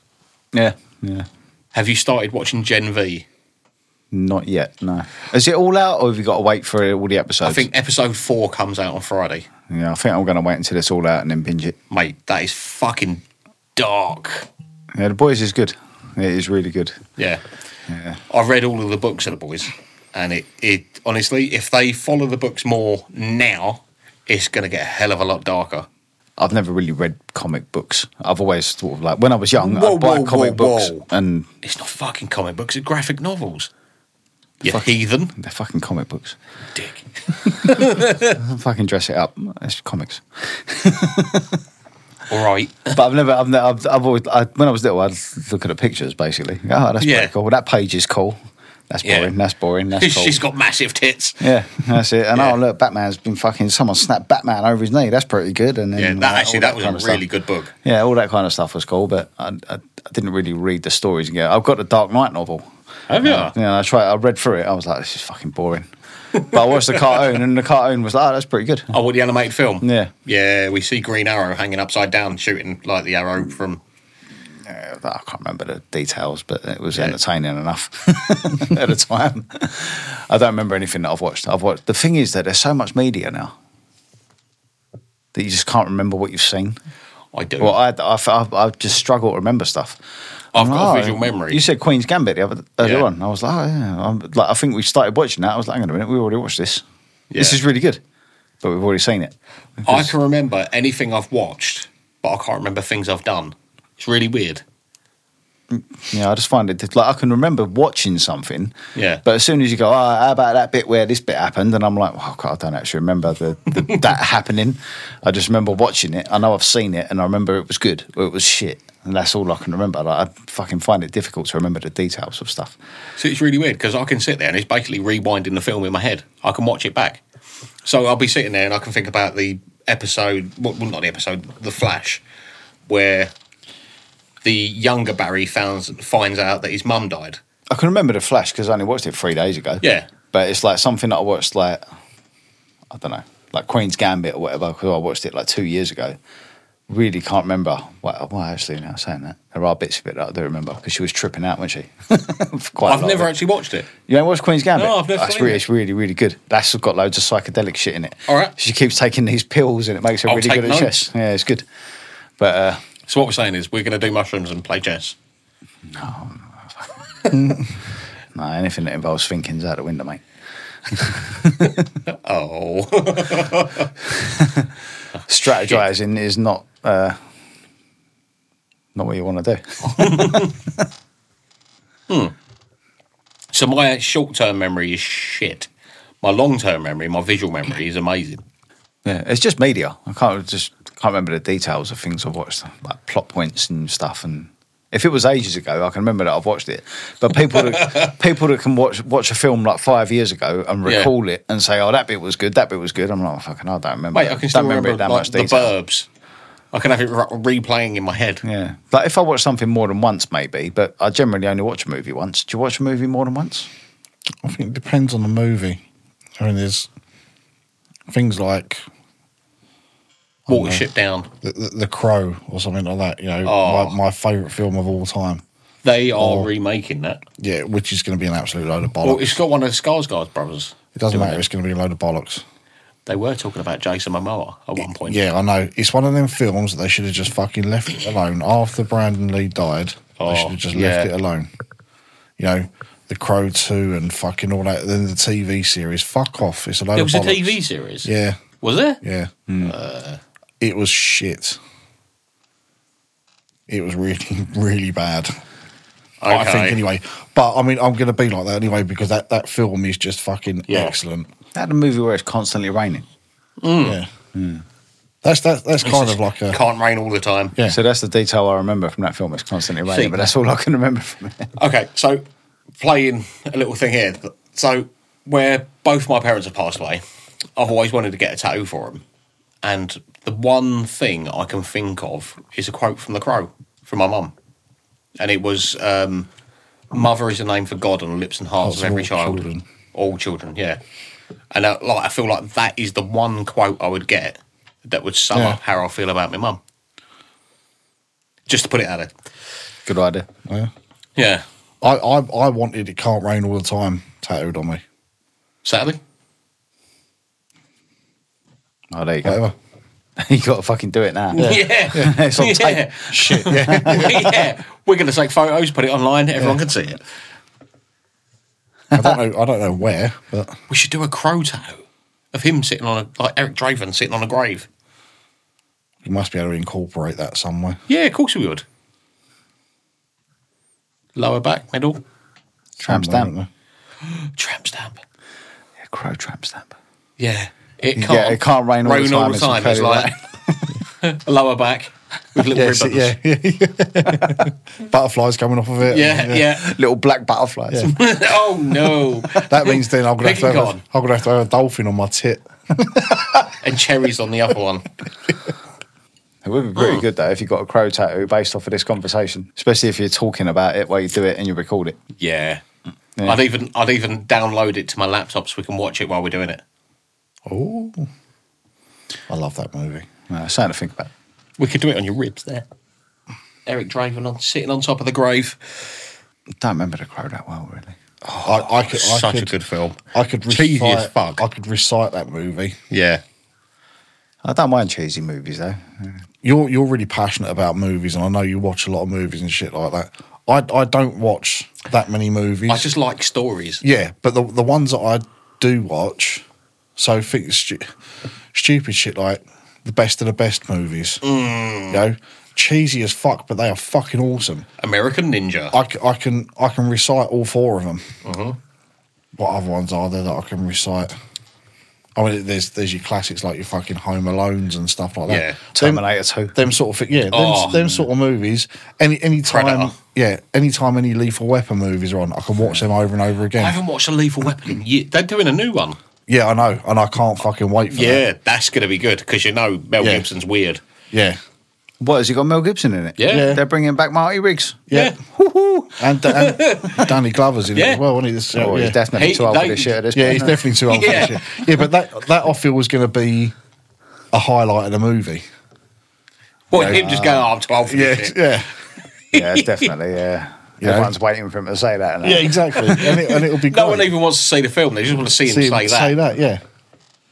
Yeah. Yeah.
Have you started watching Gen V?
Not yet. No. Is it all out, or have you got to wait for all the episodes?
I think episode four comes out on Friday.
Yeah, I think I'm going to wait until it's all out and then binge it.
Mate, that is fucking dark.
Yeah, the boys is good. It is really good.
Yeah.
Yeah.
I've read all of the books of the boys, and it, it honestly, if they follow the books more now, it's going to get a hell of a lot darker.
I've never really read comic books. I've always thought of like when I was young,
Whoa,
I'd buy
whoa,
comic
whoa,
books
whoa.
and
It's not fucking comic books, it's graphic novels. You
Fuck.
heathen.
they're fucking comic books.
Dick.
I fucking dress it up. It's comics.
All right.
But I've never, I've, never, I've, I've always, I, when I was little, I'd look at the pictures basically. Oh, that's
Yeah.
pretty cool. That page is cool. That's
Yeah.
boring. That's boring. That's cool.
She's got massive tits.
yeah, that's it. And
Yeah.
oh look, Batman's been fucking. Someone snapped Batman over his knee. That's pretty good. And then,
Yeah,
like,
that,
all
actually, that was
kind
a
of stuff.
really good book.
Yeah, all that kind of stuff was cool, but I, I, I didn't really read the stories. Yeah, I've got the Dark Knight novel.
Have you?
Uh, yeah, I tried. I read through it. I was like, this is fucking boring. but I watched the cartoon, and the cartoon was like, oh, that's pretty good.
Oh, what, the animated film?
Yeah.
Yeah, we see Green Arrow hanging upside down, shooting like the arrow from.
Yeah, I can't remember the details, but it was entertaining enough at the time. I don't remember anything that I've watched. I've watched. The thing is that there's so much media now that you just can't remember what you've seen.
I do.
Well, I, I, I, I just struggle to remember stuff.
I've
I'm
got a
like,
visual memory.
You said Queen's Gambit the other, earlier
Yeah.
on. I was like, oh, yeah. I'm, like, I think we started watching that. I was like, hang on a minute, we already watched this. This
Yeah.
is really good. But we've already seen it.
I can remember anything I've watched, but I can't remember things I've done. It's really weird.
Yeah, I just find it, like, I can remember watching something.
Yeah.
But as soon as you go, oh, how about that bit where this bit happened? And I'm like, oh, God, I don't actually remember the, the, that happening. I just remember watching it. I know I've seen it and I remember it was good or it was shit. And that's all I can remember. Like, I fucking find it difficult to remember the details of stuff.
So it's really weird because I can sit there and it's basically rewinding the film in my head. I can watch it back. So I'll be sitting there and I can think about the episode, well, well, not the episode, the flash, where the younger Barry founds, finds out that his mum died.
I can remember the Flash because I only watched it three days ago.
Yeah.
but it's like something that I watched like I don't know, like Queen's Gambit or whatever because I watched it like two years ago. Really can't remember. Well, well, actually, now saying that, there are bits of it that I do remember because she was tripping out, wasn't she? For Quite a
I've
lot
never
of it.
actually watched it.
You ain't watched Queen's Gambit?
No, I've never
That's
seen
really,
it.
It's really, really good. That's got loads of psychedelic shit in it.
All right.
She keeps taking these pills and it makes her
I'll
really
take
good
notes.
at chess. Yeah, it's good. But uh,
So what we're saying is we're going to do mushrooms and play chess.
no, anything that involves thinking's out the window, mate.
Oh,
strategizing is not uh, not what you want to do.
so my short-term memory is shit. My long-term memory, my visual memory, is amazing.
yeah, it's just media. I can't just can't remember the details of things I've watched, like plot points and stuff. And if it was ages ago, I can remember that I've watched it. But people that, people that can watch watch a film like five years ago and
Yeah.
recall it and say, "Oh, that bit was good. That bit was good." I'm like, oh, "Fucking, I don't remember.
Mate, I
that.
can still
don't
remember,
it that
like,
much
the
detail."
burbs. I can have it re- replaying in my head.
Yeah, like if I watch something more than once, maybe. But I generally only watch a movie once. Do you watch a movie more than once?
I think it depends on the movie. I mean, there's things like
Watership down.
the, the, the Crow or something like that. You know,
Oh.
my, my favorite film of all time.
They are remaking that.
Yeah, which is going to be an absolute load of bollocks.
Well, it's got one of Skarsgård's brothers.
it doesn't
doing
matter. It's going to be a load of bollocks.
They were talking about Jason Momoa at one point.
Yeah, I know. It's one of them films that they should have just fucking left it alone. After Brandon Lee died,
Oh,
they should have just
yeah.
left it alone. You know, The Crow 2 and fucking all that. Then the TV series. Fuck off. It's a load
It
of
was a
bollocks.
TV series. Hmm.
Yeah,
Was there?
yeah. Uh, it was shit. It was really, really bad. I think anyway. But I mean, I'm going to be like that anyway because that, that film is just fucking
Yeah.
excellent.
That a movie where it's constantly raining.
Hmm.
Yeah. That's that, that's kind of like a
Can't rain all the time.
Yeah.
So that's the detail I remember from that film. It's constantly raining,
See.
but that's all I can remember from it.
Okay, so playing a little thing here. So, where both my parents have passed away, I've always wanted to get a tattoo for them. And the one thing I can think of is a quote from The Crow from my mum. And it was um, Mother is the name for God on the lips and hearts
Hearts
of
of
every
all
child.
children.
All children, yeah. And uh, like, I feel like that is the one quote I would get that would sum
Yeah.
up how I feel about my mum. Just to put it out there.
Good idea.
Yeah.
Yeah.
I, I, I wanted it can't rain all the time tattooed on me.
Sadly.
Oh, there you go.
Whatever.
you got to fucking do it now.
Yeah.
It's on tape.
Yeah.
Shit. Yeah.
yeah, we're going to take photos, put it online, everyone can see it.
I don't know. I don't know where, but
We should do a crow tattoo of him sitting on a, like Eric Draven sitting on a grave.
you must be able to incorporate that somewhere.
Yeah, of course we would. Lower back, middle,
Tramp
Somewhere,
stamp.
don't
tramp stamp.
Yeah, crow tramp stamp.
Yeah, it can't.
Yeah, it can't rain all the time, it's a
It's like a lower back with little
Yeah,
ribbons.
so-
yeah.
yeah.
know. Butterflies coming off of it.
Yeah,
Little black butterflies.
oh no!
That means then I'm gonna have to have,
Pentagon.
a, I'm gonna have to have a dolphin on my tit.
And cherries on the other one.
It would be pretty good though if you got a crow tattoo based off of this conversation, especially if you're talking about it while you do it and you record it.
Yeah.
Yeah.
I'd even I'd even download it to my laptop so we can watch it while we're doing it.
Oh, I love that movie.
Uh, something to think about.
We could do it on your ribs there. Eric Draven on sitting on top of the grave.
Don't remember the crow that well, really.
I, I could, I
Such
could,
a good film.
I could recite,
Cheesy as fuck.
I could recite that movie.
Yeah.
I don't mind cheesy movies though.
You're you're really passionate about movies, and I know you watch a lot of movies and shit like that. I I don't watch that many movies.
I just like stories.
yeah, but the the ones that I do watch, so think stu- stupid shit like the best of the best movies.
Mm.
You know, cheesy as fuck, but they are fucking awesome.
American Ninja.
I, c- I can I can recite all four of them.
Uh-huh.
What other ones are there that I can recite? I mean, there's there's your classics like your fucking Home Alones and stuff like that.
Yeah.
Them-
Terminator 2.
them sort of thi- yeah, them,
Oh.
them sort of movies. Any any time,
Predator.
yeah, any time any Lethal Weapon movies are on, I can watch them over and over
I
again.
haven't watched a Lethal Weapon in years. They're doing a new one.
Yeah, I know, and I can't fucking wait for that.
Yeah, that's going to be good because you know Mel
Yeah.
Gibson's weird.
Yeah,
What has he got Mel Gibson in it?
Yeah. Yeah.
They're bringing back Marty Riggs.
Yeah.
yeah,
Woohoo!
and, and Danny Glover's in
Yeah.
it as well, isn't he? This-
Oh,
yeah.
he's definitely
He-
too old
they-
for this shit at this
yeah,
point.
he's definitely too old
Yeah.
for this shit. Yeah, but that that I feel was going to be a highlight of the movie.
Well, him just going, oh, I'm 12 for this shit.
yeah,
yeah, it's definitely, yeah.
Yeah.
Everyone's waiting for him to say that. and that.
yeah, exactly. And, it, and it'll be
No
great.
one even wants to see the film. They just want to see him
See him
say that.
yeah.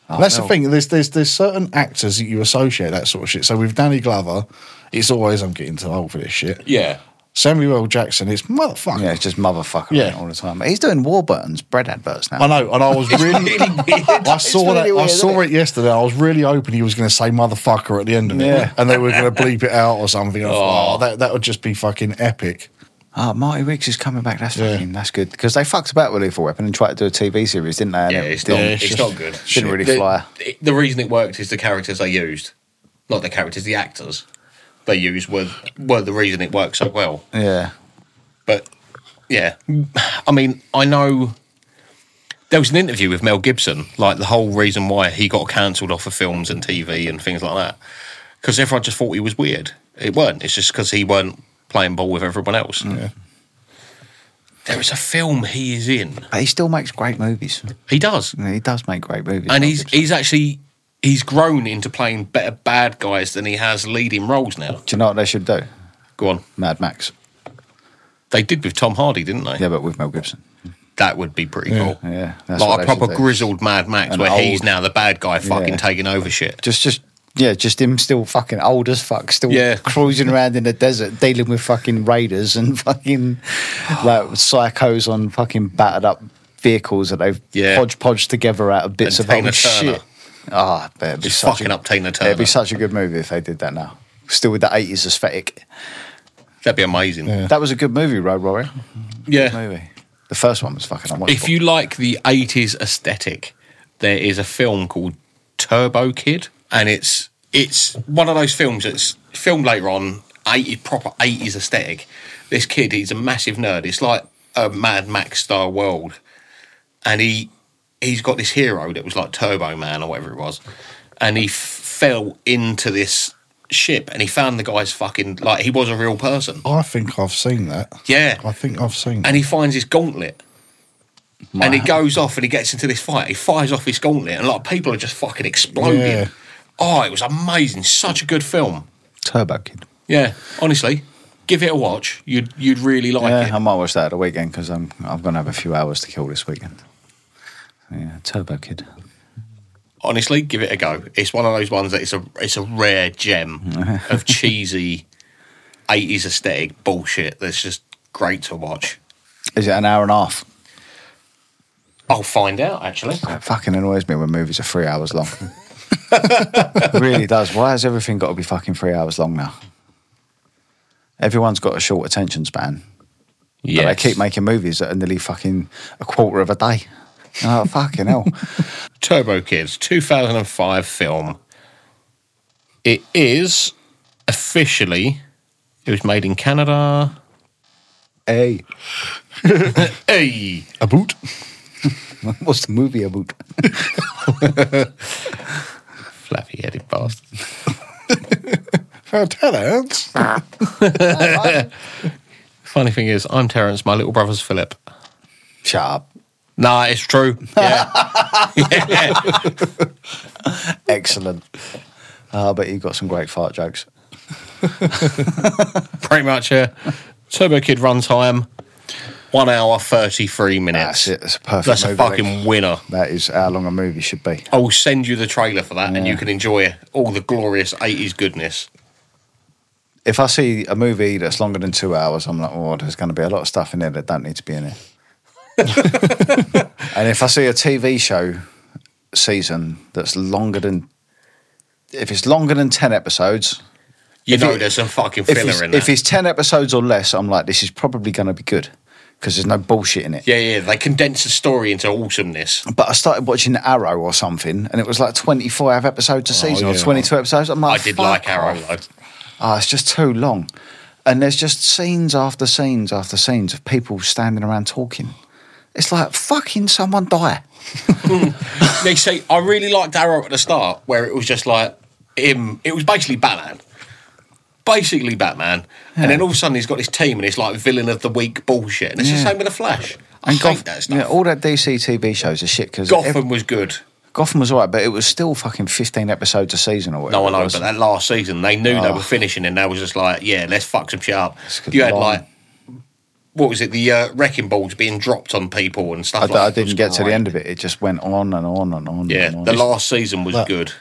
That's
Oh, no.
the thing. There's there's there's certain actors that you associate that sort of shit. So with Danny Glover, it's always I'm getting too old for this shit.
Yeah.
Samuel L. Jackson, it's motherfucker.
Yeah, it's just motherfucker
Yeah.
all the time. He's doing Warburton's bread adverts now.
I know, and I was really, I saw
really
that. I
weird,
saw
isn't
it yesterday. I was really hoping he was going to say motherfucker at the end of it,
Yeah.
and they were going to bleep it out or something. I thought, oh, that that would just be fucking epic.
Oh, Marty Riggs is coming back. That's
Yeah.
fucking, that's good. Because they fucked about with Lethal Weapon and tried to do a TV series, didn't they? And
Yeah,
it
it's,
didn't-
not,
yeah,
it's,
it's
not
just
good.
shit. really
the,
fly.
The reason it worked is the characters they used, not the characters, the actors they used were, were the reason it worked so well.
Yeah.
But yeah, I mean, I know there was an interview with Mel Gibson, like the whole reason why he got cancelled off of films and TV and things like that, because everyone just thought he was weird. It weren't. It's just because he weren't playing ball with everyone else. There is a film he is in.
But he still makes great movies.
He does,
Yeah, He does make great movies.
and
Mel
he's
Gibson.
he's actually he's grown into playing better bad guys than he has leading roles now.
Do you know what they should do?
Go on.
Mad Max.
They did with Tom Hardy, didn't they?
Yeah, but with Mel Gibson.
That would be pretty cool.
Yeah, that's
like
what they
a proper
should do.
grizzled Mad Max,
An
where he's
old-
now the bad guy, fucking
Yeah.
taking over shit.
Just, just. Yeah, just him still fucking old as fuck, still
Yeah.
cruising around in the desert, dealing with fucking raiders and fucking like psychos on fucking battered up vehicles that they've
Yeah.
hodgepodge together out of bits
And
of
Tina
old
Turner.
shit. Ah, oh, that'd be
Just
such
fucking
a,
up Tina
It'd
Turner.
be such a good movie if they did that now, still with the eighties aesthetic.
That'd be amazing. Yeah.
Yeah.
That was a good movie, Road Warrior. Movie. The first one was fucking unwatchable.
If you like the 80s aesthetic, there is a film called Turbo Kid, and it's it's one of those films that's filmed later on, 80, proper 80s aesthetic. This kid, he's a massive nerd. It's like a Mad Max style world, and he he's got this hero that was like Turbo Man or whatever it was, and he f- fell into this ship and he found the guy's fucking like he was a real person.
I think I've seen that.
Yeah.
I think I've seen
and he finds his gauntlet. And he goes off and he gets into this fight. He fires off his gauntlet, and like people are just fucking exploding.
Yeah.
Oh, it was amazing! Such a good film.
Turbo Kid.
Yeah, honestly, give it a watch. You'd you'd really like
yeah, I
it.
might watch that at the weekend because I'm I'm gonna have a few hours to kill this weekend. Yeah, Turbo Kid.
Honestly, give it a go. It's one of those ones that it's a it's a rare gem of cheesy eighties aesthetic bullshit. That's just great to watch.
Is it an hour and a half?
I'll find out actually.
That fucking annoys me when movies are three hours long. it really does. Why has everything got to be fucking three hours long now? Everyone's got a short attention span. Yeah, they keep making movies that are nearly fucking a quarter of a day. Oh fucking hell!
Turbo Kids, 2005 film. It is officially. It was made in Canada.
Hey,
Hey,
that. A boot?
what's the movie about?
flappy-headed bastard.
How talent.
Funny thing is, I'm Terence. My little brother's Philip.
Shut up.
Nah, it's true. Yeah,
Excellent. Uh, but you got some great fart jokes.
pretty much. Yeah. Turbo Kid runtime, one hour thirty-three minutes.
That's it. That's a perfect.
That's a
movie, Nick.
fucking winner.
That is how long a movie should be.
I will send you the trailer for that, and you can enjoy all the glorious '80s goodness.
If I see a movie that's longer than two hours, I'm like, oh, there's going to be a lot of stuff in there that don't need to be in there. and if I see a TV show season that's longer than, if it's longer than ten episodes,
You know,
it-
there's some fucking
if
filler
it's,
in there.
if it's ten episodes or less, I'm like, this is probably going to be good because there's no bullshit in it.
Yeah, yeah, they condense the story into awesomeness.
But I started watching Arrow or something, and it was like 25 episodes a season or
yeah.
22 episodes. I'm
Oh, I
like,
did
"Fuck
like Arrow
off."
though.
Ah, it's just too long. And there's just scenes after scenes after scenes of people standing around talking. It's like, fucking someone die.
They say I really liked Arrow at the start, where it was just like him. It was basically Batman, basically Batman, and then all of a sudden he's got his team, and it's like villain of the week bullshit. And it's the
Yeah.
same with the Flash. I hate
Goth-
that stuff.
yeah, all that DC TV shows are shit because
Gotham was good.
Gotham was all right, but it was still fucking 15 episodes a season or whatever.
No, I know,
it was.
but that last season, they knew they
Oh.
were finishing, and they was just like, yeah, let's fuck some shit up.
good
You had
long.
like. What was it? The uh, wrecking balls being dropped on people and stuff.
I,
like that.
I
It was
didn't get to the
great.
end of it. It just went on and on and on.
Yeah,
and on.
the last season was
That-
good.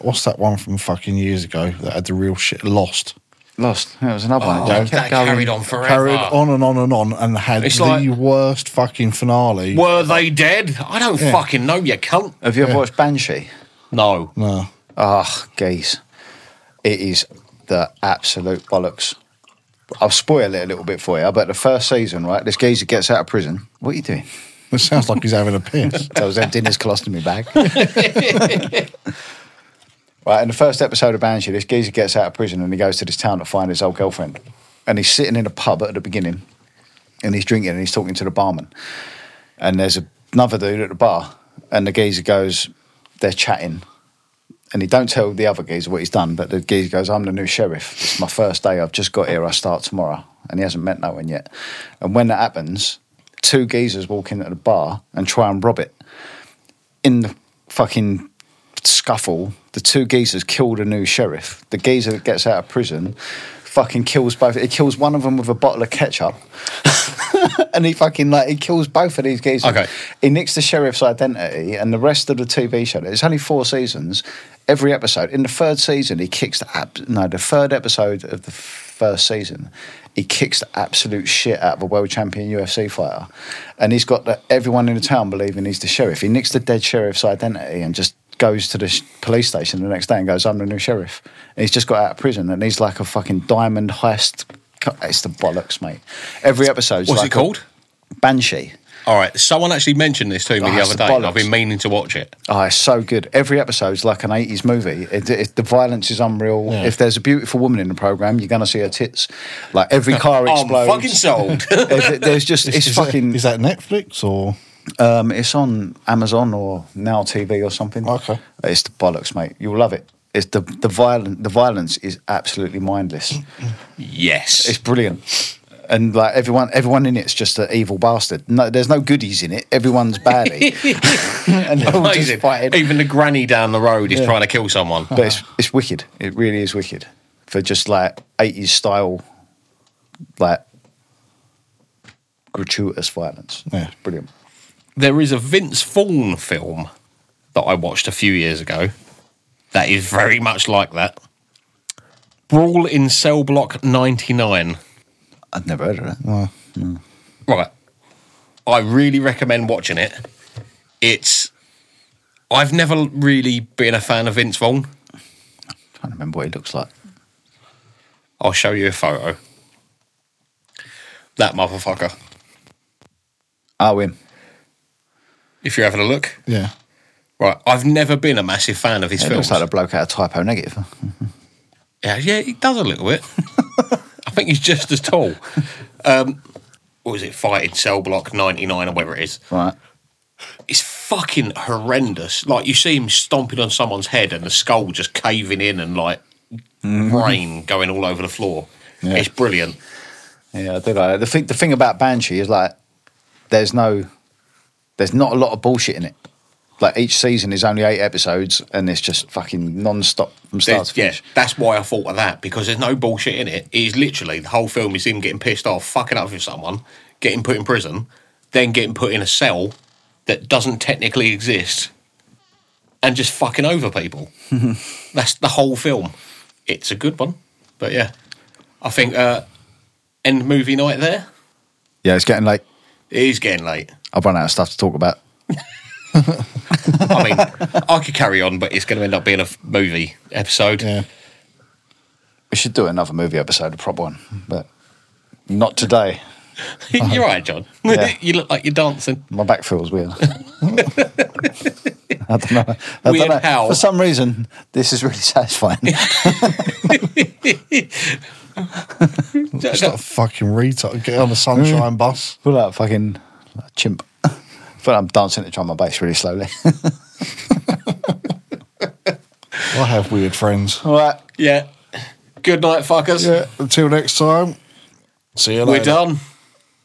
What's that one from fucking years ago that had the real shit lost?
Lost. Yeah, it was another one.
Oh,
It
that
kept going.
carried on forever.
Carried on and on and on and had
It's
the
like-
worst fucking finale.
Were they dead? I don't
Yeah.
fucking know, you cunt.
Have you ever watched Banshee?
No.
No.
Ah, geez. It is the absolute bollocks. I'll spoil it a little bit for you. But the first season, right? This geezer gets out of prison. What are you doing?
It sounds like he's having a piss.
I was emptying his colostomy bag. right, in the first episode of Banshee, this geezer gets out of prison and he goes to this town to find his old girlfriend. And he's sitting in a pub at the beginning and he's drinking and he's talking to the barman. And there's another dude at the bar and the geezer goes, they're chatting. And he don't tell the other geezer what he's done, but the geezer goes, I'm the new sheriff. It's my first day. I've just got here. I start tomorrow. And he hasn't met no one yet. And when that happens, two geezers walk in at the bar and try and rob it in the fucking scuffle, the two geezers kill the new sheriff. The geezer that gets out of prison fucking kills both. He kills one of them with a bottle of ketchup. and he fucking like he kills both of these geezers.
Okay.
He nicks the sheriff's identity and the rest of the TV show. It's only four seasons. Every episode. In the third season, he kicks the ab- no, the third episode of the first season, he kicks the absolute shit out of a world champion UFC fighter, and he's got the, everyone in the town believing he's the sheriff. He nicks the dead sheriff's identity and just goes to the sh- police station the next day and goes, "I'm the new sheriff." And he's just got out of prison, and he's like a fucking diamond heist. co- It's the bollocks, mate. Every episode's
What's
like
it called?
A Banshee.
All right, someone actually mentioned this to me
Oh,
the
it's
other
the
day. and I've
bollocks.
been meaning to watch it.
Oh, it's so good. Every episode's like an 80s movie. It, it, the violence is unreal.
Yeah.
If there's a beautiful woman in the program, you're going to see her tits. Like every car
Oh, I'm
explodes.
fucking sold.
If it- there's just, it's
is
fucking.
That, is that Netflix or?
Um, it's on Amazon or Now TV or something.
Okay.
It's the bollocks, mate. You'll love it. It's the the violent the violence is absolutely mindless.
Yes.
It's brilliant. And like everyone, everyone in it's just an evil bastard. No, there's no goodies in it. Everyone's baddie, and they're all just
Amazing.
fighting.
Even the granny down the road is trying to kill someone. Uh-huh.
But it's it's wicked. It really is wicked for just like eighties style, like gratuitous violence.
Yeah.
It's brilliant.
There is a Vince Vaughn film that I watched a few years ago that is very much like that. Brawl in Cell Block 99.
I'd never heard of it.
No.
Right. I really recommend watching it. It's. I've never really been a fan of Vince Vaughn.
I can't remember what he looks like.
I'll show you a photo. That motherfucker.
Oh, him.
If you're having a look.
Yeah.
Right. I've never been a massive fan of his
It
films. Mm-hmm.
looks like a bloke out of typo negative.
Yeah, yeah, he does a little bit. I think he's just as tall. Um, what was it? Fighting Cell Block 99 or whatever it is.
Right.
It's fucking horrendous. Like, you see him stomping on someone's head and the skull just caving in and, like, brain going all over the floor.
Mm-hmm. Yeah.
It's brilliant.
Yeah, I do like that. The thing, the thing about Banshee is like, there's no, there's not a lot of bullshit in it. Like each season is only eight episodes, and it's just fucking non-stop from start
There's-
to
yeah,
finish.
that's why I thought of that because there's no bullshit in it. It is literally the whole film is him getting pissed off, fucking up with someone, getting put in prison, then getting put in a cell that doesn't technically exist, and just fucking over people. that's the whole film. It's a good one, but yeah, I think uh, end movie night there.
Yeah, it's getting late.
It is getting late.
I've run out of stuff to talk about.
I mean, I could carry on, but it's going to end up being a f- movie episode.
Yeah.
We should do another movie episode, a prop one, but not today.
You're right, John.
Yeah.
you look like you're dancing.
My back feels weird. I don't know. I
Weird
don't know.
how?
For some reason, this is really satisfying.
It's like a fucking retard. Get on the sunshine bus.
feel like a fucking like a chimp. feel like I'm dancing to drum and bass really slowly.
I have weird friends.
All right.
Yeah. Good night, fuckers.
Yeah. Until next time. See you later.
We're done.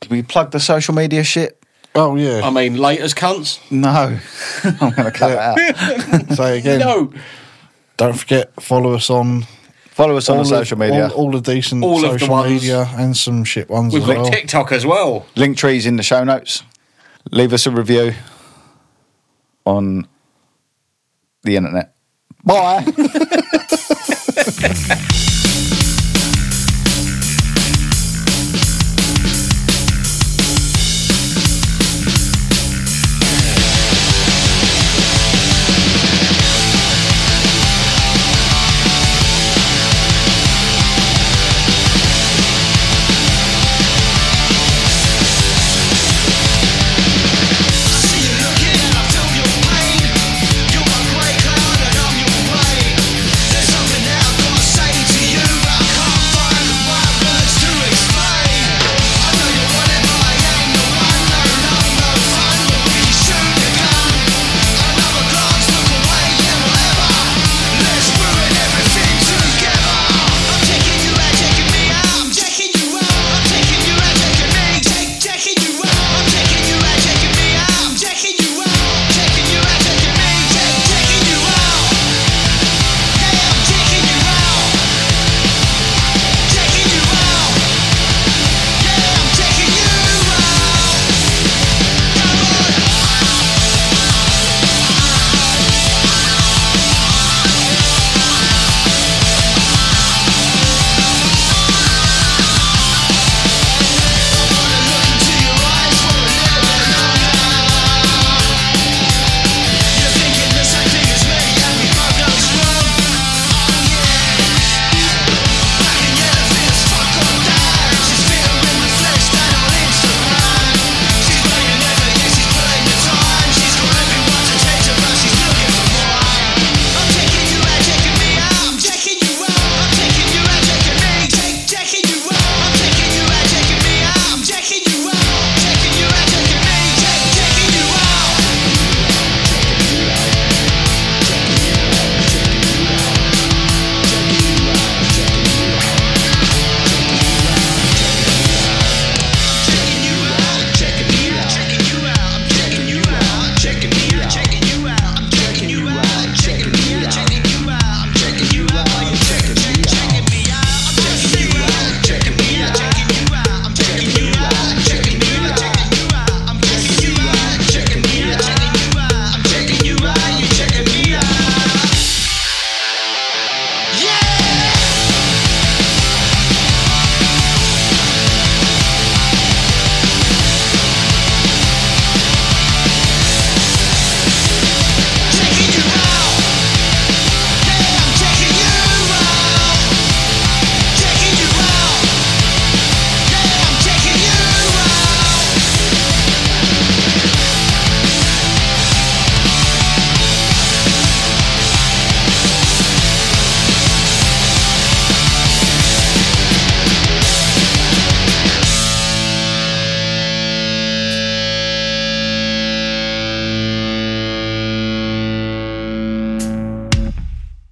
Can we plug the social media shit?
Oh yeah.
I mean, laters, cunts.
No. I'm going to cut that out.
Say again.
No,
Don't forget. Follow us on
Follow us on the social
of,
media.
All, all the decent
All of the
social
ones.
media and some shit ones
we've
as
got
well.
TikTok as well.
Link trees in the show notes. Leave us a review on the internet. Bye.